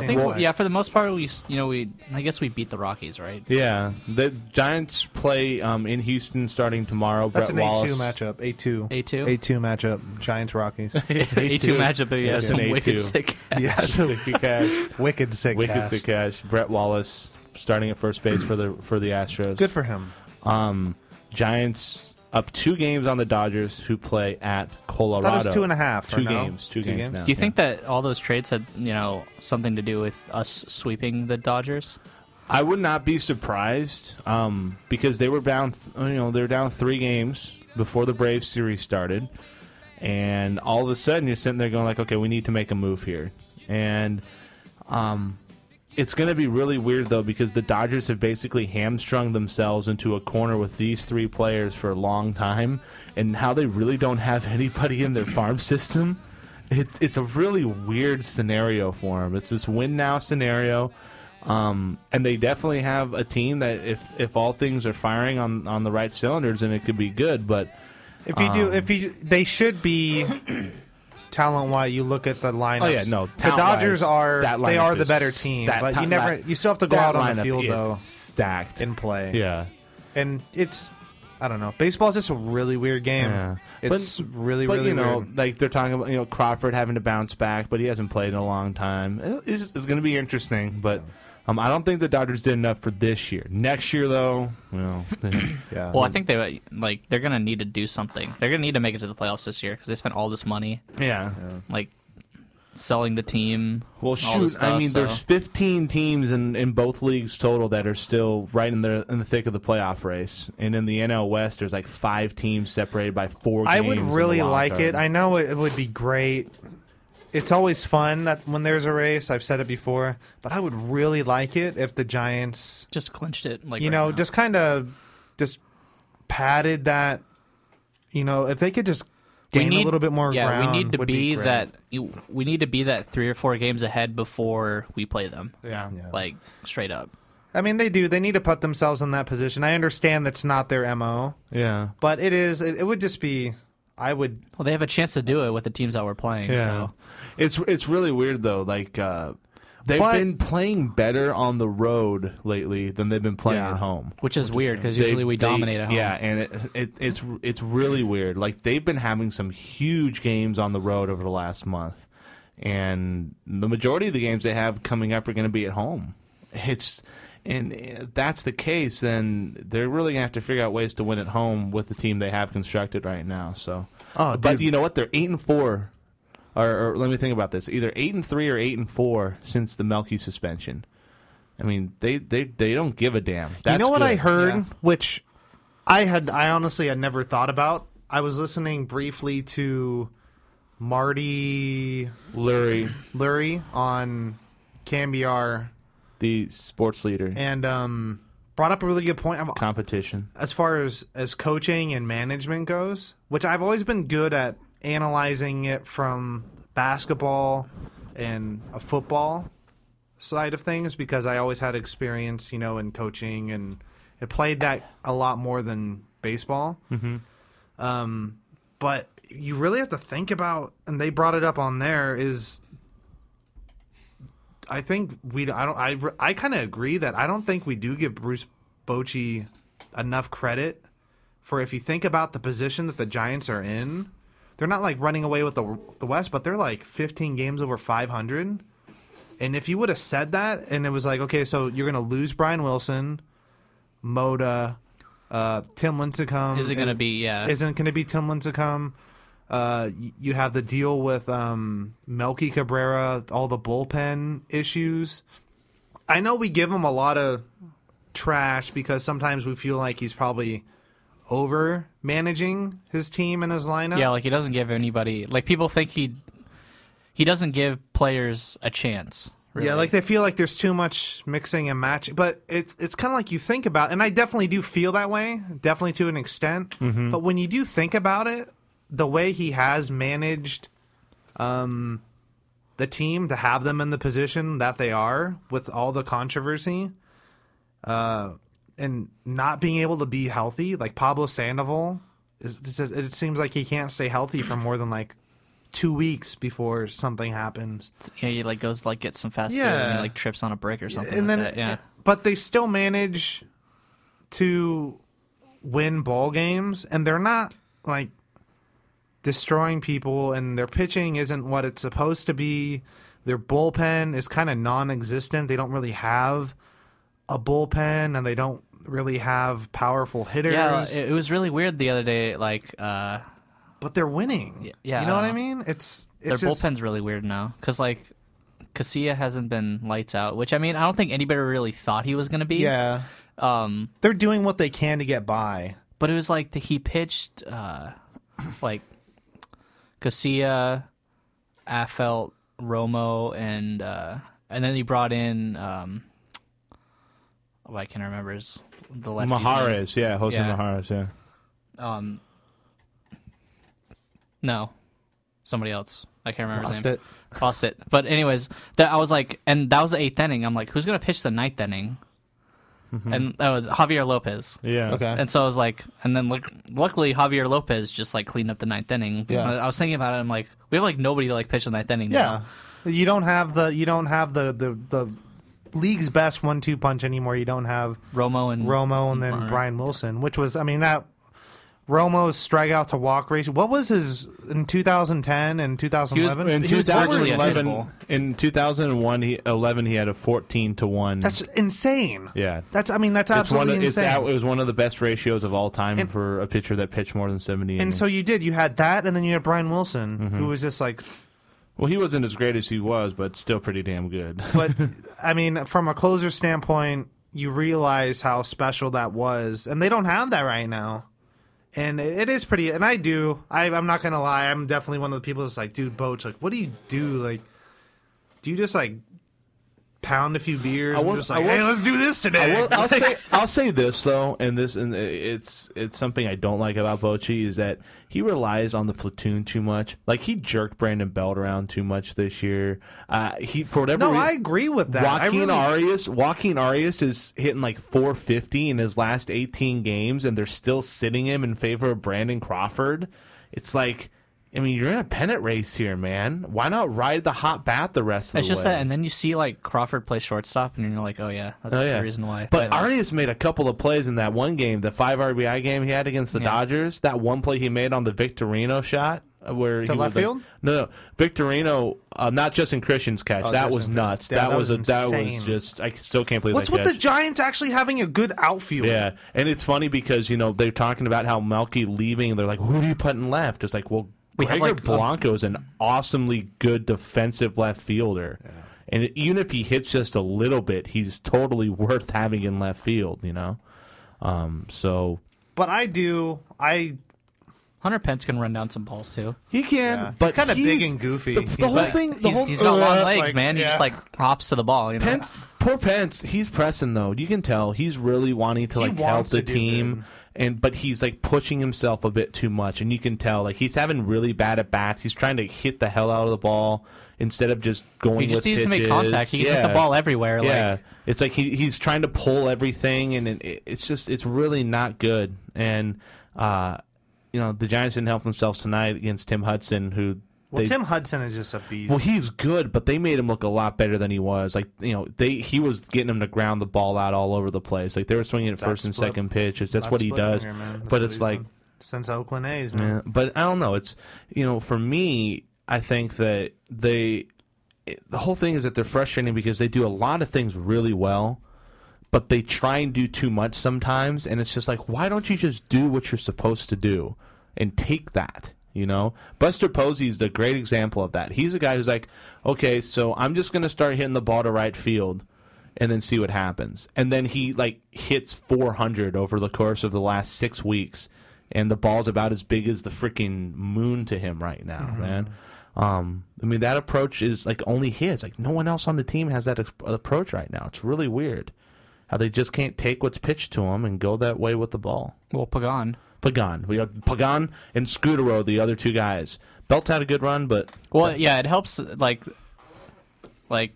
I I think well, Right. yeah, for the most part, we s- you know we I guess we beat the Rockies, right? yeah. The Giants play um, in Houston starting tomorrow. That's Brett an Wallace. A two matchup. A two. A2? A two matchup. Giants Rockies. A two matchup, but yeah, Yes, some an wicked A2. sick. yeah, it's a Sicky Cash. wicked sick. Wicked Wicked Sick Cash. Brett Wallace starting at first base for the for the Astros. Good for him. Um, Giants up two games on the Dodgers, who play at Colorado. Thought it was two and a half, or Two no? games. Two, Two games. games? now, Do you yeah. think that all those trades had you know something to do with us sweeping the Dodgers? I would not be surprised um, because they were down. Th- you know, they were down three games before the Braves series started, and all of a sudden you're sitting there going like, "Okay, we need to make a move here." And um, it's going to be really weird though because the Dodgers have basically hamstrung themselves into a corner with these three players for a long time, and how they really don't have anybody in their farm system. It, it's a really weird scenario for them. It's this win now scenario, um, and they definitely have a team that if if all things are firing on on the right cylinders, then it could be good. But If you do, Um, if you, they should be talent wise. You look at the lineup. Oh, yeah, no, The talent-wise, Dodgers are that they lineup are the is- better team, that but top you never line- you still have to go that out on the lineup field is though stacked. and play. yeah, and it's I don't know. Baseball's just a really weird game. Yeah. It's But- really but really you know, weird. like they're talking about you know Crawford having to bounce back, but he hasn't played in a long time. It- It's, it's going to be interesting, but um, I don't think the Dodgers did enough for this year. Next year, though, well, Yeah. Well, I think they like they're gonna need to do something. They're gonna need to make it to the playoffs this year because they spent all this money yeah. like selling the team. Well, and all shoot, this stuff, I mean, so- there's 15 teams in, in both leagues total that are still right in the in the thick of the playoff race, and in the NL West, there's like five teams separated by four. I games would in the really wild like card. it. I know it, it would be great. It's always fun that when there's a race. I've said it before, but I would really like it if the Giants just clinched it. Like you right know, now. just kind of just padded that. You know, if they could just gain a little bit more Yeah, ground, we need to would be, great. that. You, we need to be that three or four games ahead before we play them. Yeah. Like straight up. I mean, they do. They need to put themselves in that position. I understand that's not their mo, Yeah. but it is. It, it would just be. I would. Well, they have a chance to do it with the teams that we're playing. So It's it's really weird though. Like uh, they've But- been playing better on the road lately than they've been playing Yeah. at home. which is weird because They- usually we they- dominate at home. Yeah, and it, it, it's it's really weird. Like they've been having some huge games on the road over the last month, and the majority of the games they have coming up are going to be at home. It's and eh, if that's the case, then they're really going to have to figure out ways to win at home with the team they have constructed right now. So, Oh, but dude. you know what? They're eight and four. Or, or let me think about this. Either eight and three or eight and four since the Melky suspension. I mean, they, they, they don't give a damn. That's you know what I good. heard, Yeah. which I had. I honestly had never thought about. I was listening briefly to Marty Lurie, Lurie on Cambiar the sports leader and um, brought up a really good point. I'm, competition. as far as as coaching and management goes, which I've always been good at analyzing it from basketball and a football side of things because I always had experience, you know, in coaching and it played that a lot more than baseball. Mm-hmm. Um, but you really have to think about, and they brought it up on there is. I think we. I don't. I. I kind of agree that I don't think we do give Bruce Bochy enough credit for if you think about the position that the Giants are in, they're not like running away with the the West, but they're like 15 games over 500. And if you would have said that, and it was like, okay, so you're going to lose Brian Wilson, Moda, uh, Tim Lincecum. Is it going to be? Yeah. Isn't going to be Tim Lincecum. Uh, y- you have the deal with um, Melky Cabrera, all the bullpen issues. I know we give him a lot of trash because sometimes we feel like he's probably over managing his team and his lineup. yeah. Like he doesn't give anybody. Like people think he he doesn't give players a chance Yeah, like they feel like there's too much mixing and matching, but it's it's kind of like you think about, and I definitely do feel that way, definitely to an extent. Mhm. But when you do think about it, the way he has managed, um, the team to have them in the position that they are with all the controversy, uh, and not being able to be healthy, like Pablo Sandoval, is, it's just- it seems like he can't stay healthy for more than like two weeks before something happens. Yeah, he like goes to, like get some fast food and Yeah. he like trips on a brick or something. and like then that, yeah, but they still manage to win ball games and they're not like destroying people and their pitching isn't what it's supposed to be their bullpen is kind of non-existent they don't really have a bullpen and they don't really have powerful hitters yeah. It, it was really weird the other day. Like, uh, but they're winning. Yeah, you know what i uh, mean it's Their it's just- bullpen's really weird now because like Casilla hasn't been lights out, which I mean I don't think anybody really thought he was going to be. Yeah. Um, they're doing what they can to get by. But it was like the, he pitched uh, like Casilla, Affelt, Romo, and uh, and then he brought in um, oh, I can't remember his the left Mahares, yeah, Jose Mahares, yeah. Um, no, somebody else. I can't remember. Lost his name. it. Lost it. But anyways, that I was like, and that was the eighth inning. I'm like, who's gonna pitch the ninth inning? Mm-hmm. Mhm. And that was Javier Lopez. Yeah. Okay. And so I was like, and then look, luckily Javier Lopez just like cleaned up the ninth inning. Yeah. I was thinking about it. I'm like, we have like nobody to like pitch the ninth inning. Yeah, you don't have the you don't have the the, the league's best one two punch anymore. You don't have Romo and Romo and then Byron. Brian Wilson, which was I mean that Romo's strikeout to walk ratio. What was his in 2010 and 2011? in 2011, in 2001, he, 11, he had a 14 to 1. That's insane. yeah. That's I mean that's It's one absolutely of, it's insane. out, it was one of the best ratios of all time for a pitcher that pitched more than 70 and innings. so you did. You had that, and then you had Brian Wilson, Mm-hmm. who was just like well, he wasn't as great as he was, but still pretty damn good. but I mean, from a closer standpoint, you realize how special that was, and they don't have that right now. And it it is pretty. And I do. I, I'm not gonna lie. I'm definitely one of the people that's like, dude, Boch, like, what do you do? Like, do you just like pound a few beers I will- and just like, I will- hey, let's do this today? I will, I'll say I'll say this though, and this and it's it's something I don't like about Bochy is that he relies on the platoon too much. Like he jerked Brandon Belt around too much this year. Uh, he for whatever No, rea- I agree with that. I Joaquin really- Arias Joaquin Arias is hitting like 450 in his last 18 games, and they're still sitting him in favor of Brandon Crawford. It's like. I mean, you're in a pennant race here, man. Why not ride the hot bat the rest of It's the just way? that, and then you see like Crawford play shortstop, and you're like, oh yeah, that's Oh, yeah. the reason why. But Arias made a couple of plays in that one game, the five RBI game he had against the Dodgers. That one play he made on the Victorino shot, uh, where To he left was like- field? no, no, Victorino, uh, not just in Christian's catch. Oh, that just was in- nuts. Yeah, that, that was, was a, that was insane. just. I still can't believe. What's that with catch. the Giants actually having a good outfield? Yeah, and it's funny because you know they're talking about how Melky leaving. They're like, "Who do you put in left?" It's like, well, We have, Gregor like, a- Blanco is an awesomely good defensive left fielder, and even if he hits just a little bit, he's totally worth having in left field. You know, um, so But I do. I Hunter Pence can run down some balls too. He can, but he's kind of big and goofy. The, the He's whole like- thing. The he's, whole he's got long uh, legs, like, man. He yeah. just like hops to the ball. You know? Pence, poor Pence, he's pressing though. You can tell he's really wanting to like help wants the to do team, and but he's like pushing himself a bit too much, and you can tell like he's having really bad at bats. He's trying to hit the hell out of the ball instead of just going. He just with needs to make pitches. contact. He can hit the ball everywhere, like- Yeah, it's like he he's trying to pull everything, and it, it's just it's really not good. And uh, you know the Giants didn't help themselves tonight against Tim Hudson, who. Well, they, Tim Hudson is just a beast. well, he's good, but they made him look a lot better than he was. Like you know, they he was getting him to ground the ball out all over the place. Like they were swinging at That first and split- second pitch. It's, that's that what he split does. finger, man. That's but what it's he's like, done since Oakland A's, man. yeah, but I don't know. It's you know, for me, I think that they it, the whole thing is that they're frustrating because they do a lot of things really well. But they try and do too much sometimes, and it's just like, why don't you just do what you're supposed to do and take that? You know, Buster Posey is a great example of that. He's a guy who's like, okay, so I'm just going to start hitting the ball to right field and then see what happens. And then he like hits 400 over the course of the last six weeks, and the ball's about as big as the freaking moon to him right now, Mhm. man. Um, I mean, that approach is like only his. Like no one else on the team has that ex- approach right now. It's really weird how they just can't take what's pitched to them and go that way with the ball. Well, Pagan. Pagan. We got Pagan and Scudero, the other two guys. Belt had a good run, but Well, yeah, it helps. Like, like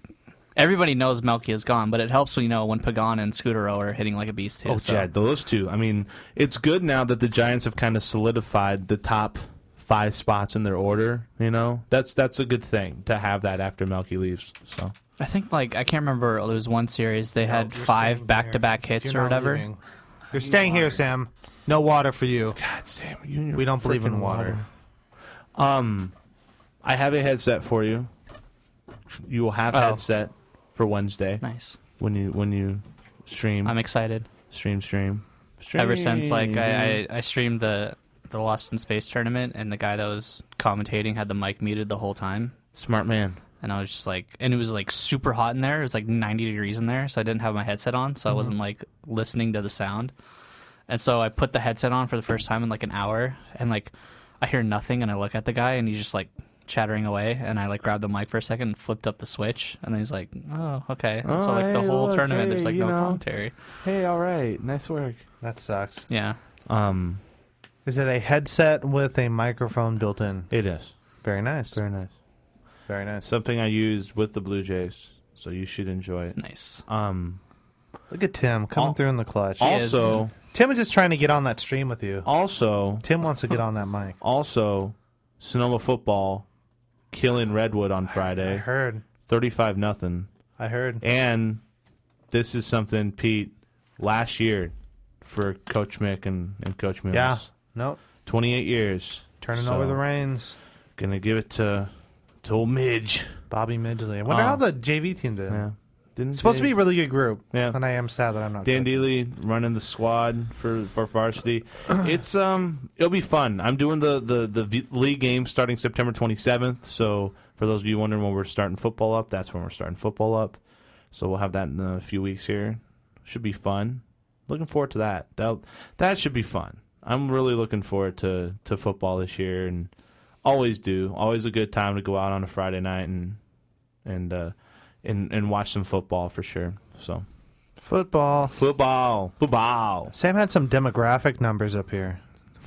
everybody knows Melky is gone, but it helps when you know when Pagan and Scudero are hitting like a beast too. Oh, so. yeah, those two. I mean, it's good now that the Giants have kind of solidified the top five spots in their order. You know, that's that's a good thing to have that after Melky leaves. So I think like I can't remember. There was one series they had you're five staying back to back here. hits You're or not whatever. leaving. You're staying here, Sam. No water for you. God, Sam, you and your We don't believe in freaking water. Um, I have a headset for you. You will have a Oh. headset for Wednesday Nice. when you when you stream I'm excited. stream stream. Ever since like I, I, Stream. Mm-hmm. I streamed the the Lost in Space tournament, and the guy that was commentating had the mic muted the whole time. smart man. and I was just like, and it was like super hot in there. It was like 90 degrees in there, so I didn't have my headset on, Mm-hmm. so I wasn't like listening to the sound. And so I put the headset on for the first time in like an hour, and like I hear nothing, and I look at the guy, and he's just like chattering away, and I like grabbed the mic for a second, and flipped up the switch, and then he's like, oh, okay. And so Oh, like the hey, whole look, tournament, hey, there's like you no know. commentary. Hey, all right, nice work. That sucks. Yeah. Um, Is it a headset with a microphone built in? it is Very nice. very nice. Very nice. Something I used with the Blue Jays, so you should enjoy it. Nice. Um, Look at Tim coming Al- through in the clutch. is- also, Tim is just trying to get on that stream with you. also, Tim wants to get on that mic. also, Sonoma football killing Redwood on I Friday, heard. thirty-five nothing. I heard. And this is something Pete last year for Coach Mick and, and Coach Mills. Yeah. Nope. twenty-eight years Turning So, over the reins. Gonna give it to to old Midge. Bobby Midgley. I wonder Oh. how the JV team did. Yeah, didn't It's supposed to they- be a really good group. Yeah. And I am sad that I'm not. Dan good. Dealey running the squad for, for varsity. It's um, it'll be fun. I'm doing the the the v- league game starting September 27th. So for those of you wondering when we're starting football up, that's when we're starting football up. So we'll have that in a few weeks here. Should be fun. Looking forward to that. That that should be fun. I'm really looking forward to to football this year, and always do. Always a good time to go out on a Friday night and and uh, and and watch some football for sure. So. Football. Football. Football. Sam had some demographic numbers up here.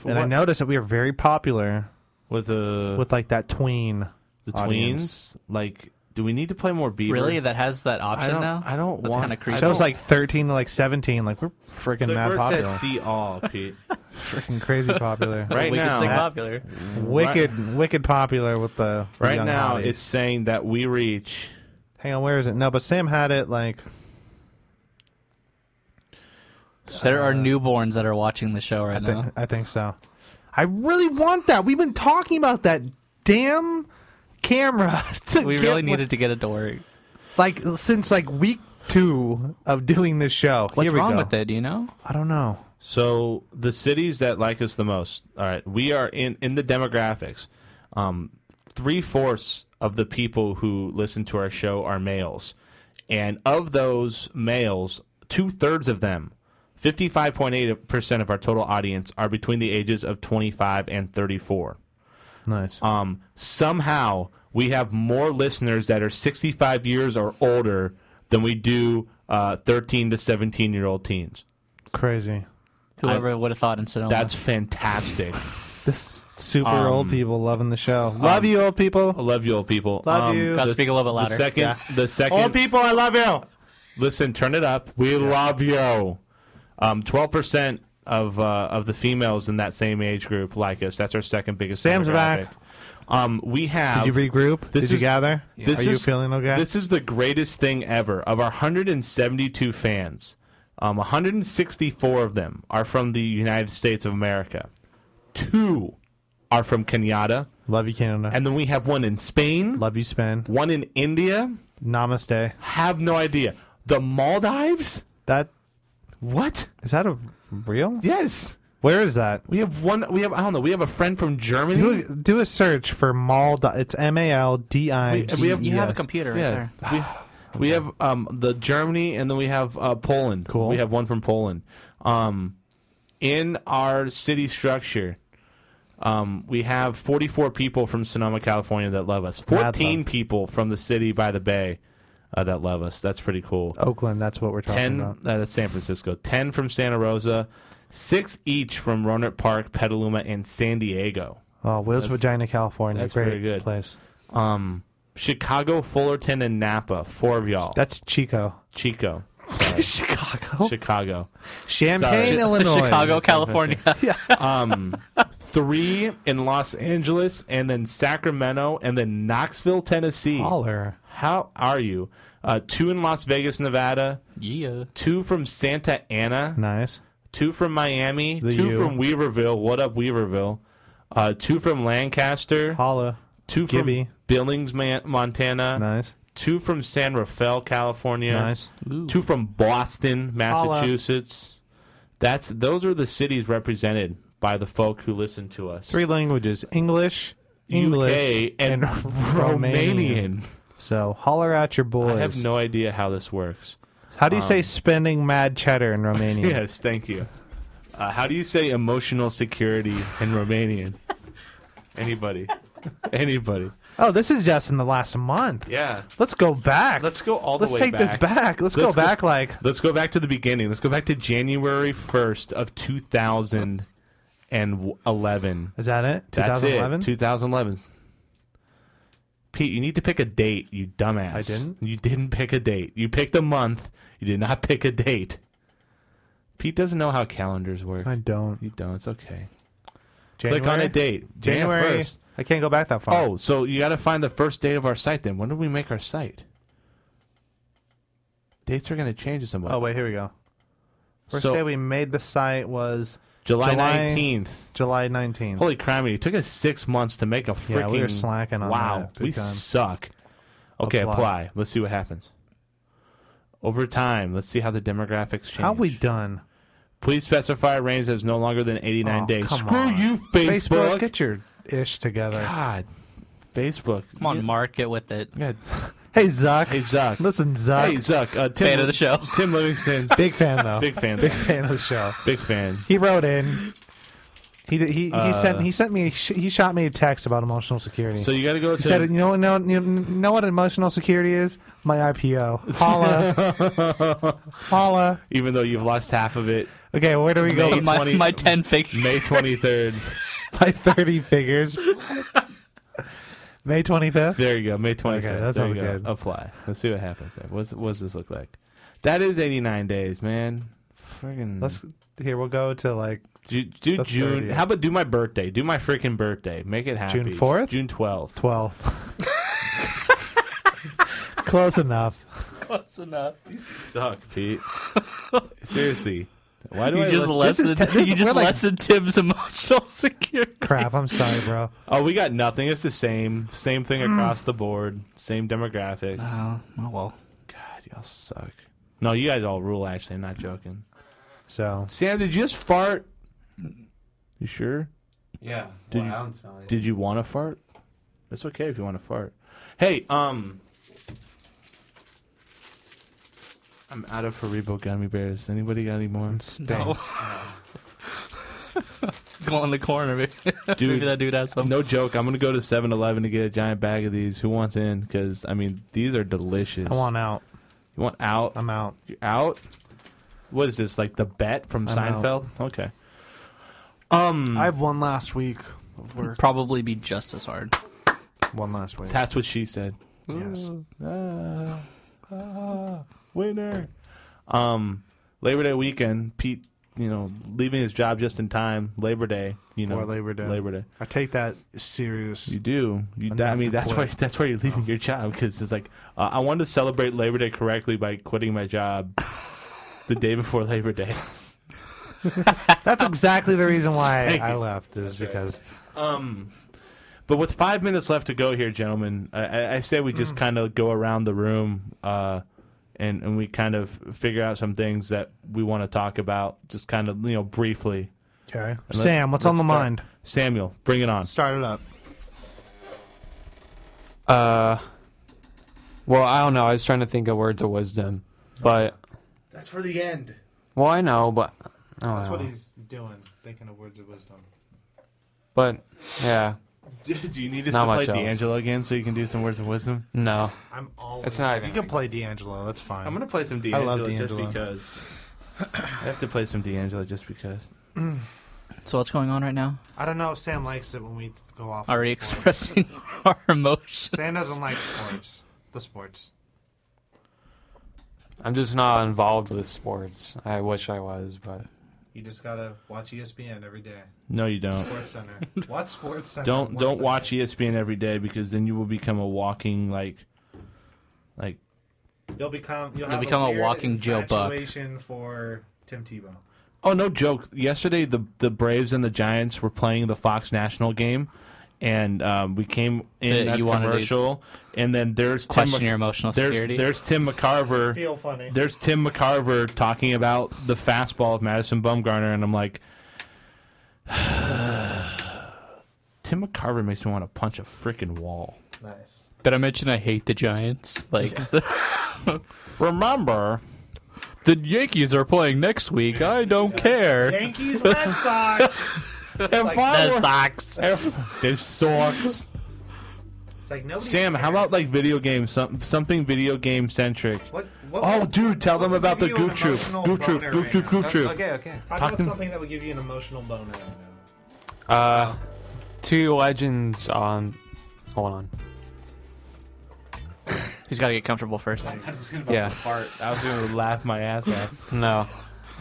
And I What? noticed that we are very popular With, uh, with like that tween. the audience. tweens, like, do we need to play more Bieber? Really? That has that option I don't- now? I don't That's want- kind of creepy. I Shows don't- like 13 to like 17. Like we're freaking Look, mad where it popular. says see all, Pete. freaking crazy popular. Right we now, could sing that- popular. Wicked, wicked popular with the with right young now, hotties. it's saying that we reach. Hang on, where is it? No, but Sam had it like There are newborns that are watching the show right I think now. I think so. I really want that. We've been talking about that damn camera. to We get really one- needed to get it to work. like since like week two of doing this show. What's Here we wrong go. with it? Do you know? I don't know. So the cities that like us the most. All right, we are in in the demographics. Um, three fourths of the people who listen to our show are males, and of those males, two thirds of them, fifty five point eight percent of our total audience are between the ages of twenty five and thirty four. Nice. Um, somehow we have more listeners that are sixty five years or older than we do uh, thirteen to seventeen year old teens. Oh, Crazy. Whoever would have thought in Sonoma. That's fantastic. This super Um, old people loving the show. Love you, old I people. love you, old people. Um, Love you. Gotta speak a little bit The louder. second, Yeah. the second. Old people, I love you. Listen, turn it up. We love you. Um, twelve percent of uh, of the females in that same age group like us. That's our second biggest. Sam's demographic. back. Um, we have. Did you regroup? This Did you is- gather? this Are you is- feeling okay? This is the greatest thing ever. Of our 172 fans, um, 164 of them are from the United States of America. Two are from Kenyatta, love you, Canada. and then we have one in Spain, love you, Spain. one in India. Namaste. Have no idea. The Maldives? That What? is that a real? Yes. Where is that? We have one. We have. I don't know. We have a friend from Germany. Do a, do a search for Mal. It's M A L D I. We- we have- you G E have a S. computer right yeah. there. We, we have um the Germany, and then we have uh, Poland. Cool. We have one from Poland. Um, in our city structure, Um, we have 44 people from Sonoma, California that love us. 14 people from the city by the bay uh, that love us. That's pretty cool. Oakland, that's what we're talking 10 about. uh, that's San Francisco. 10 from Santa Rosa, 6 each from Roanoke Park, Petaluma and San Diego. Oh, Will's Vagina, California. that's Great very good. place. Um Chicago, Fullerton and Napa, four of y'all. That's Chico. Chico. Chicago. Chicago. Champaign, Sorry. Illinois. Chicago, California. um, three in Los Angeles, and then Sacramento, and then Knoxville, Tennessee. Holler. How are you? Uh, two in Las Vegas, Nevada. yeah. Two from Santa Ana. Nice. Two from Miami. The two U. from Weaverville. What up, Weaverville? Uh, two from Lancaster. Holla. Two Gibby. from Billings, Man- Montana. Nice. Two from San Rafael, California. Nice. Two from Boston, Massachusetts. That's those are the cities represented by the folk who listen to us. Three languages English, English, UK and, Romanian. So holler at your boys. I have no um, idea how this works. How do you say spending mad cheddar in Romania? Yes, thank you. Uh, how do you say emotional security in Romanian? Anybody? Anybody? Oh, this is just in the last month. Yeah. Let's go back. Let's go all the Let's way take this back. Let's, go Let's go- back like Let's go back to the beginning. Let's go back to January 1st of 2011. is that it? That's 2011. it. 2011. Pete, you need to pick a date, you dumbass. I didn't. You didn't pick a date. You picked a month. You did not pick a date. Pete doesn't know how calendars work. I don't. You don't. It's okay. January? Click on a date. January. January 1st. I can't go back that far. Oh, so you got to find the first date of our site then. When did we make our site? Dates are going to change somewhat. Oh, wait. Here we go. First So- day we made the site was July, July- 19th. July 19th. Mm. Holy crap, it took us six months to make a freaking. Yeah, we were slacking on Wow, that big we time. suck. Okay, Apply. apply. Let's see what happens. Over time, let's see how the demographics change. How we done? Please specify a range that's no longer than 89 Oh, days. come Screw on. you, Facebook. Get your ish together. God, Facebook. Come on, Mark, get with it. Yeah. Hey Zuck. Hey Zuck. Listen, Zuck. Hey Zuck. Uh, Tim, Fan of the show. Tim Livingston. Big fan though. big fan. Big fan of the show. Big fan. He wrote in. He did, he, he sent he sent me sh- he shot me a text about emotional security. Uh. So you got to go to. he said, "You know, no, you know what emotional security is? My IPO. Holla, holla. even though you've lost half of it, Okay, where do we go? May My, 20 my 10 fake. May 23rd. My thirty figures. May twenty fifth. There you go, May 25th. Okay, that there you sounds go. good. Apply. Let's see what happens there. What's, what's this look like? That is 89 days, man. Friggin'. Let's here. We'll go to like do, do the June. 30th. How about do my birthday? Do my freaking birthday. Make it happy. June 4th? June 12th. twelve. Close enough. Close enough. Suck, Pete. Seriously. Why do You I just look- lessened, te- this- you just we're like- lessened Tim's emotional security. Crap. I'm sorry, bro. Oh, we got nothing. It's the same. Same thing across the board. Same demographics. Mm. Oh, oh well. God, y'all suck. No, you guys all rule, actually. I'm not joking. So Sam, did you just fart? You sure? Yeah. Did well, you- I don't Did you want to fart? It's okay if you want to fart. Hey, um, I'm out of Haribo gummy bears. Anybody got any more? stinks. Go in the corner. Maybe, maybe that dude has some. No joke. I'm gonna go to 7-Eleven to get a giant bag of these. Who wants in? Because I mean, these are delicious. I want out. You want out? I'm out. You're out. What is this? Like the bet from I'm out. Seinfeld? Okay. Um, I have one last week of work. Probably be just as hard. One last week. that's what she said. Yes. Ah, ah, winner. Um, Labor Day weekend, Pete, you know, leaving his job just in time. Labor Day, you know, For Labor Day. Labor Day. I take that serious. You do. You, Enough that, I mean, to that's why quit. Oh. that's why you're leaving your job because it's like uh, I wanted to celebrate Labor Day correctly by quitting my job the day before Labor Day. That's exactly the reason why Thank I you. left is because Um, But with five minutes left to go here, gentlemen, I- I, I say we Hmm. just kind of go around the room uh, and and we kind of figure out some things that we want to talk about, just kind of you know briefly. Okay. Let- Sam, what's on let's the start- mind? Samuel, bring it on. Start it up. Uh, well, I don't know. I was trying to think of words of wisdom, but That's for the end. well, I know, but I don't That's know. what he's doing, thinking of words of wisdom. But yeah. Do you need us Not to play much else. D'Angelo again so you can do some words of wisdom? No. I'm all. It's not even. You can play D'Angelo. That's fine. I'm gonna play some I D'Angelo, love just D'Angelo. because. I have to play some D'Angelo just because. So what's going on right now? I don't know if Sam likes it when we go off. on Are we sports. expressing our emotions? Sam doesn't like sports. The sports. I'm just not involved with sports. I wish I was, but You just gotta watch E ESPN every day. No, you don't. Sports Center. Watch Sports Center. Don't once don't a watch E ESPN every day because then you will become a walking like, like You'll become you'll, You'll have become a a, weird walking Joe Buck. infatuation for Tim Tebow. Oh no joke! Yesterday the the Braves and the Giants were playing the Fox National game, and um, we came Yeah, in at you the wanted to commercial, and then there's question Tim, Mc- your emotional there's, security? There's Tim McCarver. Feel funny. There's Tim McCarver talking about the fastball of Madison Bumgarner, and I'm like, Tim McCarver makes me want to punch a freaking wall. Nice. Did I mention I hate the Giants? Like the, Remember, the Yankees are playing next week. I don't care. Yankees Red Sox. if The I were, Sox. if, this sucks. It's like nobody. Sam, how about like video games? Some, something video game centric. What, what Oh, what- dude, tell what them would about give the you an Goof Troop. emotional Goof Troop, boner Goof right Troop, now? Goof Troop. okay, okay. Talk Talk about to- something that would give you an emotional boner. right now. Uh, two legends on. Hold on. He's got to get comfortable first. Yeah. I was going to laugh my ass off. No.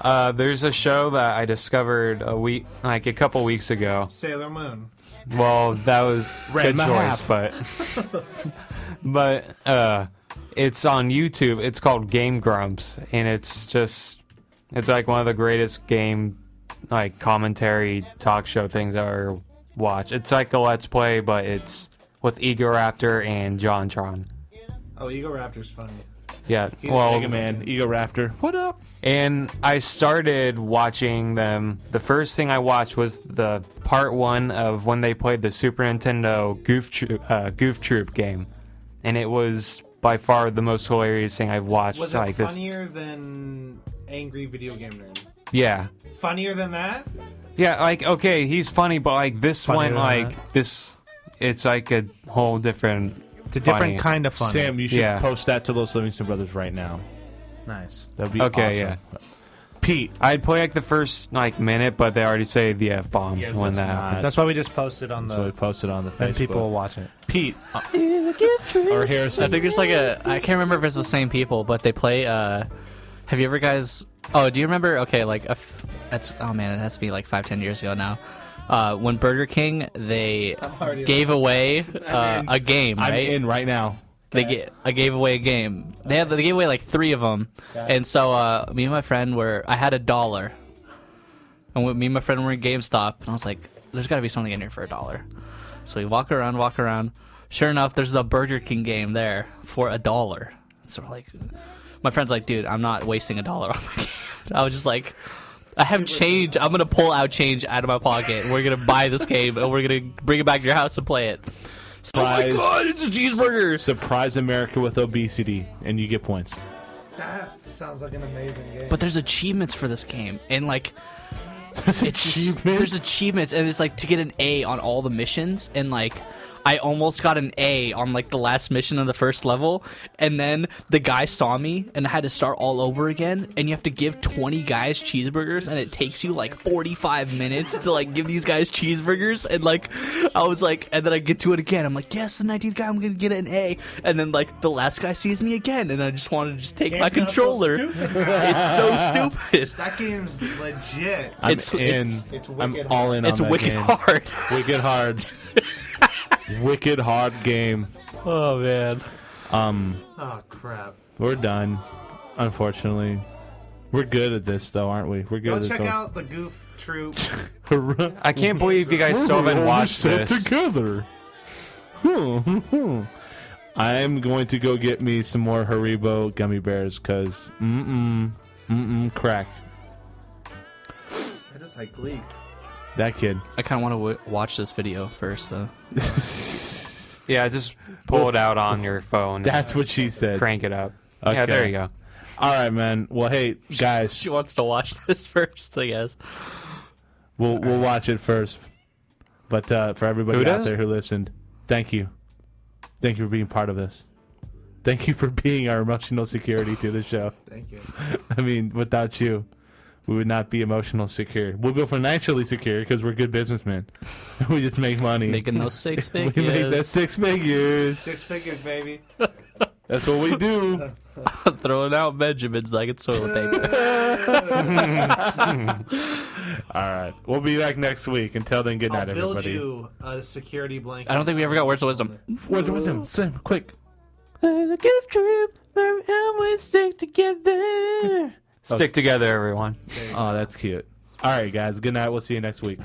Uh, there's a show that I discovered a week, like a couple weeks ago. Sailor Moon. Well, that was good Red my choice, but but uh, it's on YouTube. It's called Game Grumps, and it's just it's like one of the greatest game like commentary talk show things I ever watched. It's like a Let's Play, but it's with Ego Raptor and JonTron. Oh, Eagle Raptor's funny. Yeah, Well, well, Mega Man, Ego Raptor. What up? And I started watching them. The first thing I watched was the part one of when they played the Super Nintendo Goof Troop, uh, Goof Troop game, and it was by far the most hilarious thing I've watched. Was like it funnier than Angry Video Game Nerd? this, yeah, Funnier than that? yeah. Like okay, he's funny, but like this one, Funnier than like this, it's like a whole different. It's a different kind of fun. Sam, you should Yeah. post that to Los Livingston Brothers right now. Nice. That'd be Okay, awesome. Pete, I'd play like the first like minute, but they already say the f bomb when let's that. not. happened. That's why we just posted on that's what we the posted on the Facebook. and people will watch it. Pete uh, or I Harrison. think it's like a. I can't remember if it's the same people, but they play. uh Have you ever guys? Oh, do you remember? Okay, like a f- that's. Oh man, it has to be like five, ten years ago now. Uh, when Burger King they gave away uh, a game, I'm right? in right now. They get I gave away a game. They had they gave away like three of them, and so uh, me and my friend were. I had a dollar, and we, me and my friend were in GameStop, and I was like, "There's got to be something in here for a dollar." So we walk around, walk around. Sure enough, there's the Burger King game there for a dollar. So we're like, my friend's like, "Dude, I'm not wasting a dollar on the game." I was just like. I have change. I'm gonna pull out change out of my pocket. We're gonna buy this game and we're gonna bring it back to your house and play it. So, oh my Surprise. god, it's a cheeseburger! Surprise America with obesity, and you get points. That sounds like an amazing game. but there's achievements for this game and like it's just, Achievements. there's achievements and it's like to get an a on all the missions and like i almost got an a on like the last mission of the first level and then the guy saw me and i had to start all over again and you have to give 20 guys cheeseburgers and it takes you like 45 minutes to like give these guys cheeseburgers and like i was like and then i get to it again i'm like yes the 19th guy i'm gonna get an a and then like the last guy sees me again and i just wanted to just take my Game's not so controller stupid. it's so stupid. that game's legit. I'm It's- in. it's- It's I'm wicked all in. It's on that wicked game. hard. Wicked hard. wicked hard game. Um, Oh man. Oh crap! We're done. Unfortunately, we're good at this though, aren't we? We're good Go at this. check though. out the Goof Troop. I can't believe you guys still haven't We're watched all set this. together. Hmm, hmm, hmm. I'm going to go get me some more Haribo gummy bears because mm mm mm mm crack I just like leaked. that kid. I kind of want to w- watch this video first, though. Yeah, just pull it out on your phone. and That's what she said. crank it up. Okay. Yeah, there you go. All right, man. Well, hey guys, She wants to watch this first, I guess. we'll we'll watch it first. But uh, for everybody Who out does? there who listened, thank you. Thank you for being part of this. Thank you for being our emotional security to the show. Thank you. I mean, without you, we would not be emotional secure. We'll be financially secure because we're good businessmen. we just make money. Making those six we make that figures. six figures. Six figures, baby. That's what we do. Throwing out Benjamins like it's toilet paper. All right. We'll be back next week. Until then, good night, I'll build everybody. you a security blanket. I don't think we ever got words of wisdom. Words of wisdom. Swim, quick. The gift trip, and we stick together. Stick together, everyone. Oh, that's cute. All right, guys. Good night. We'll see you next week.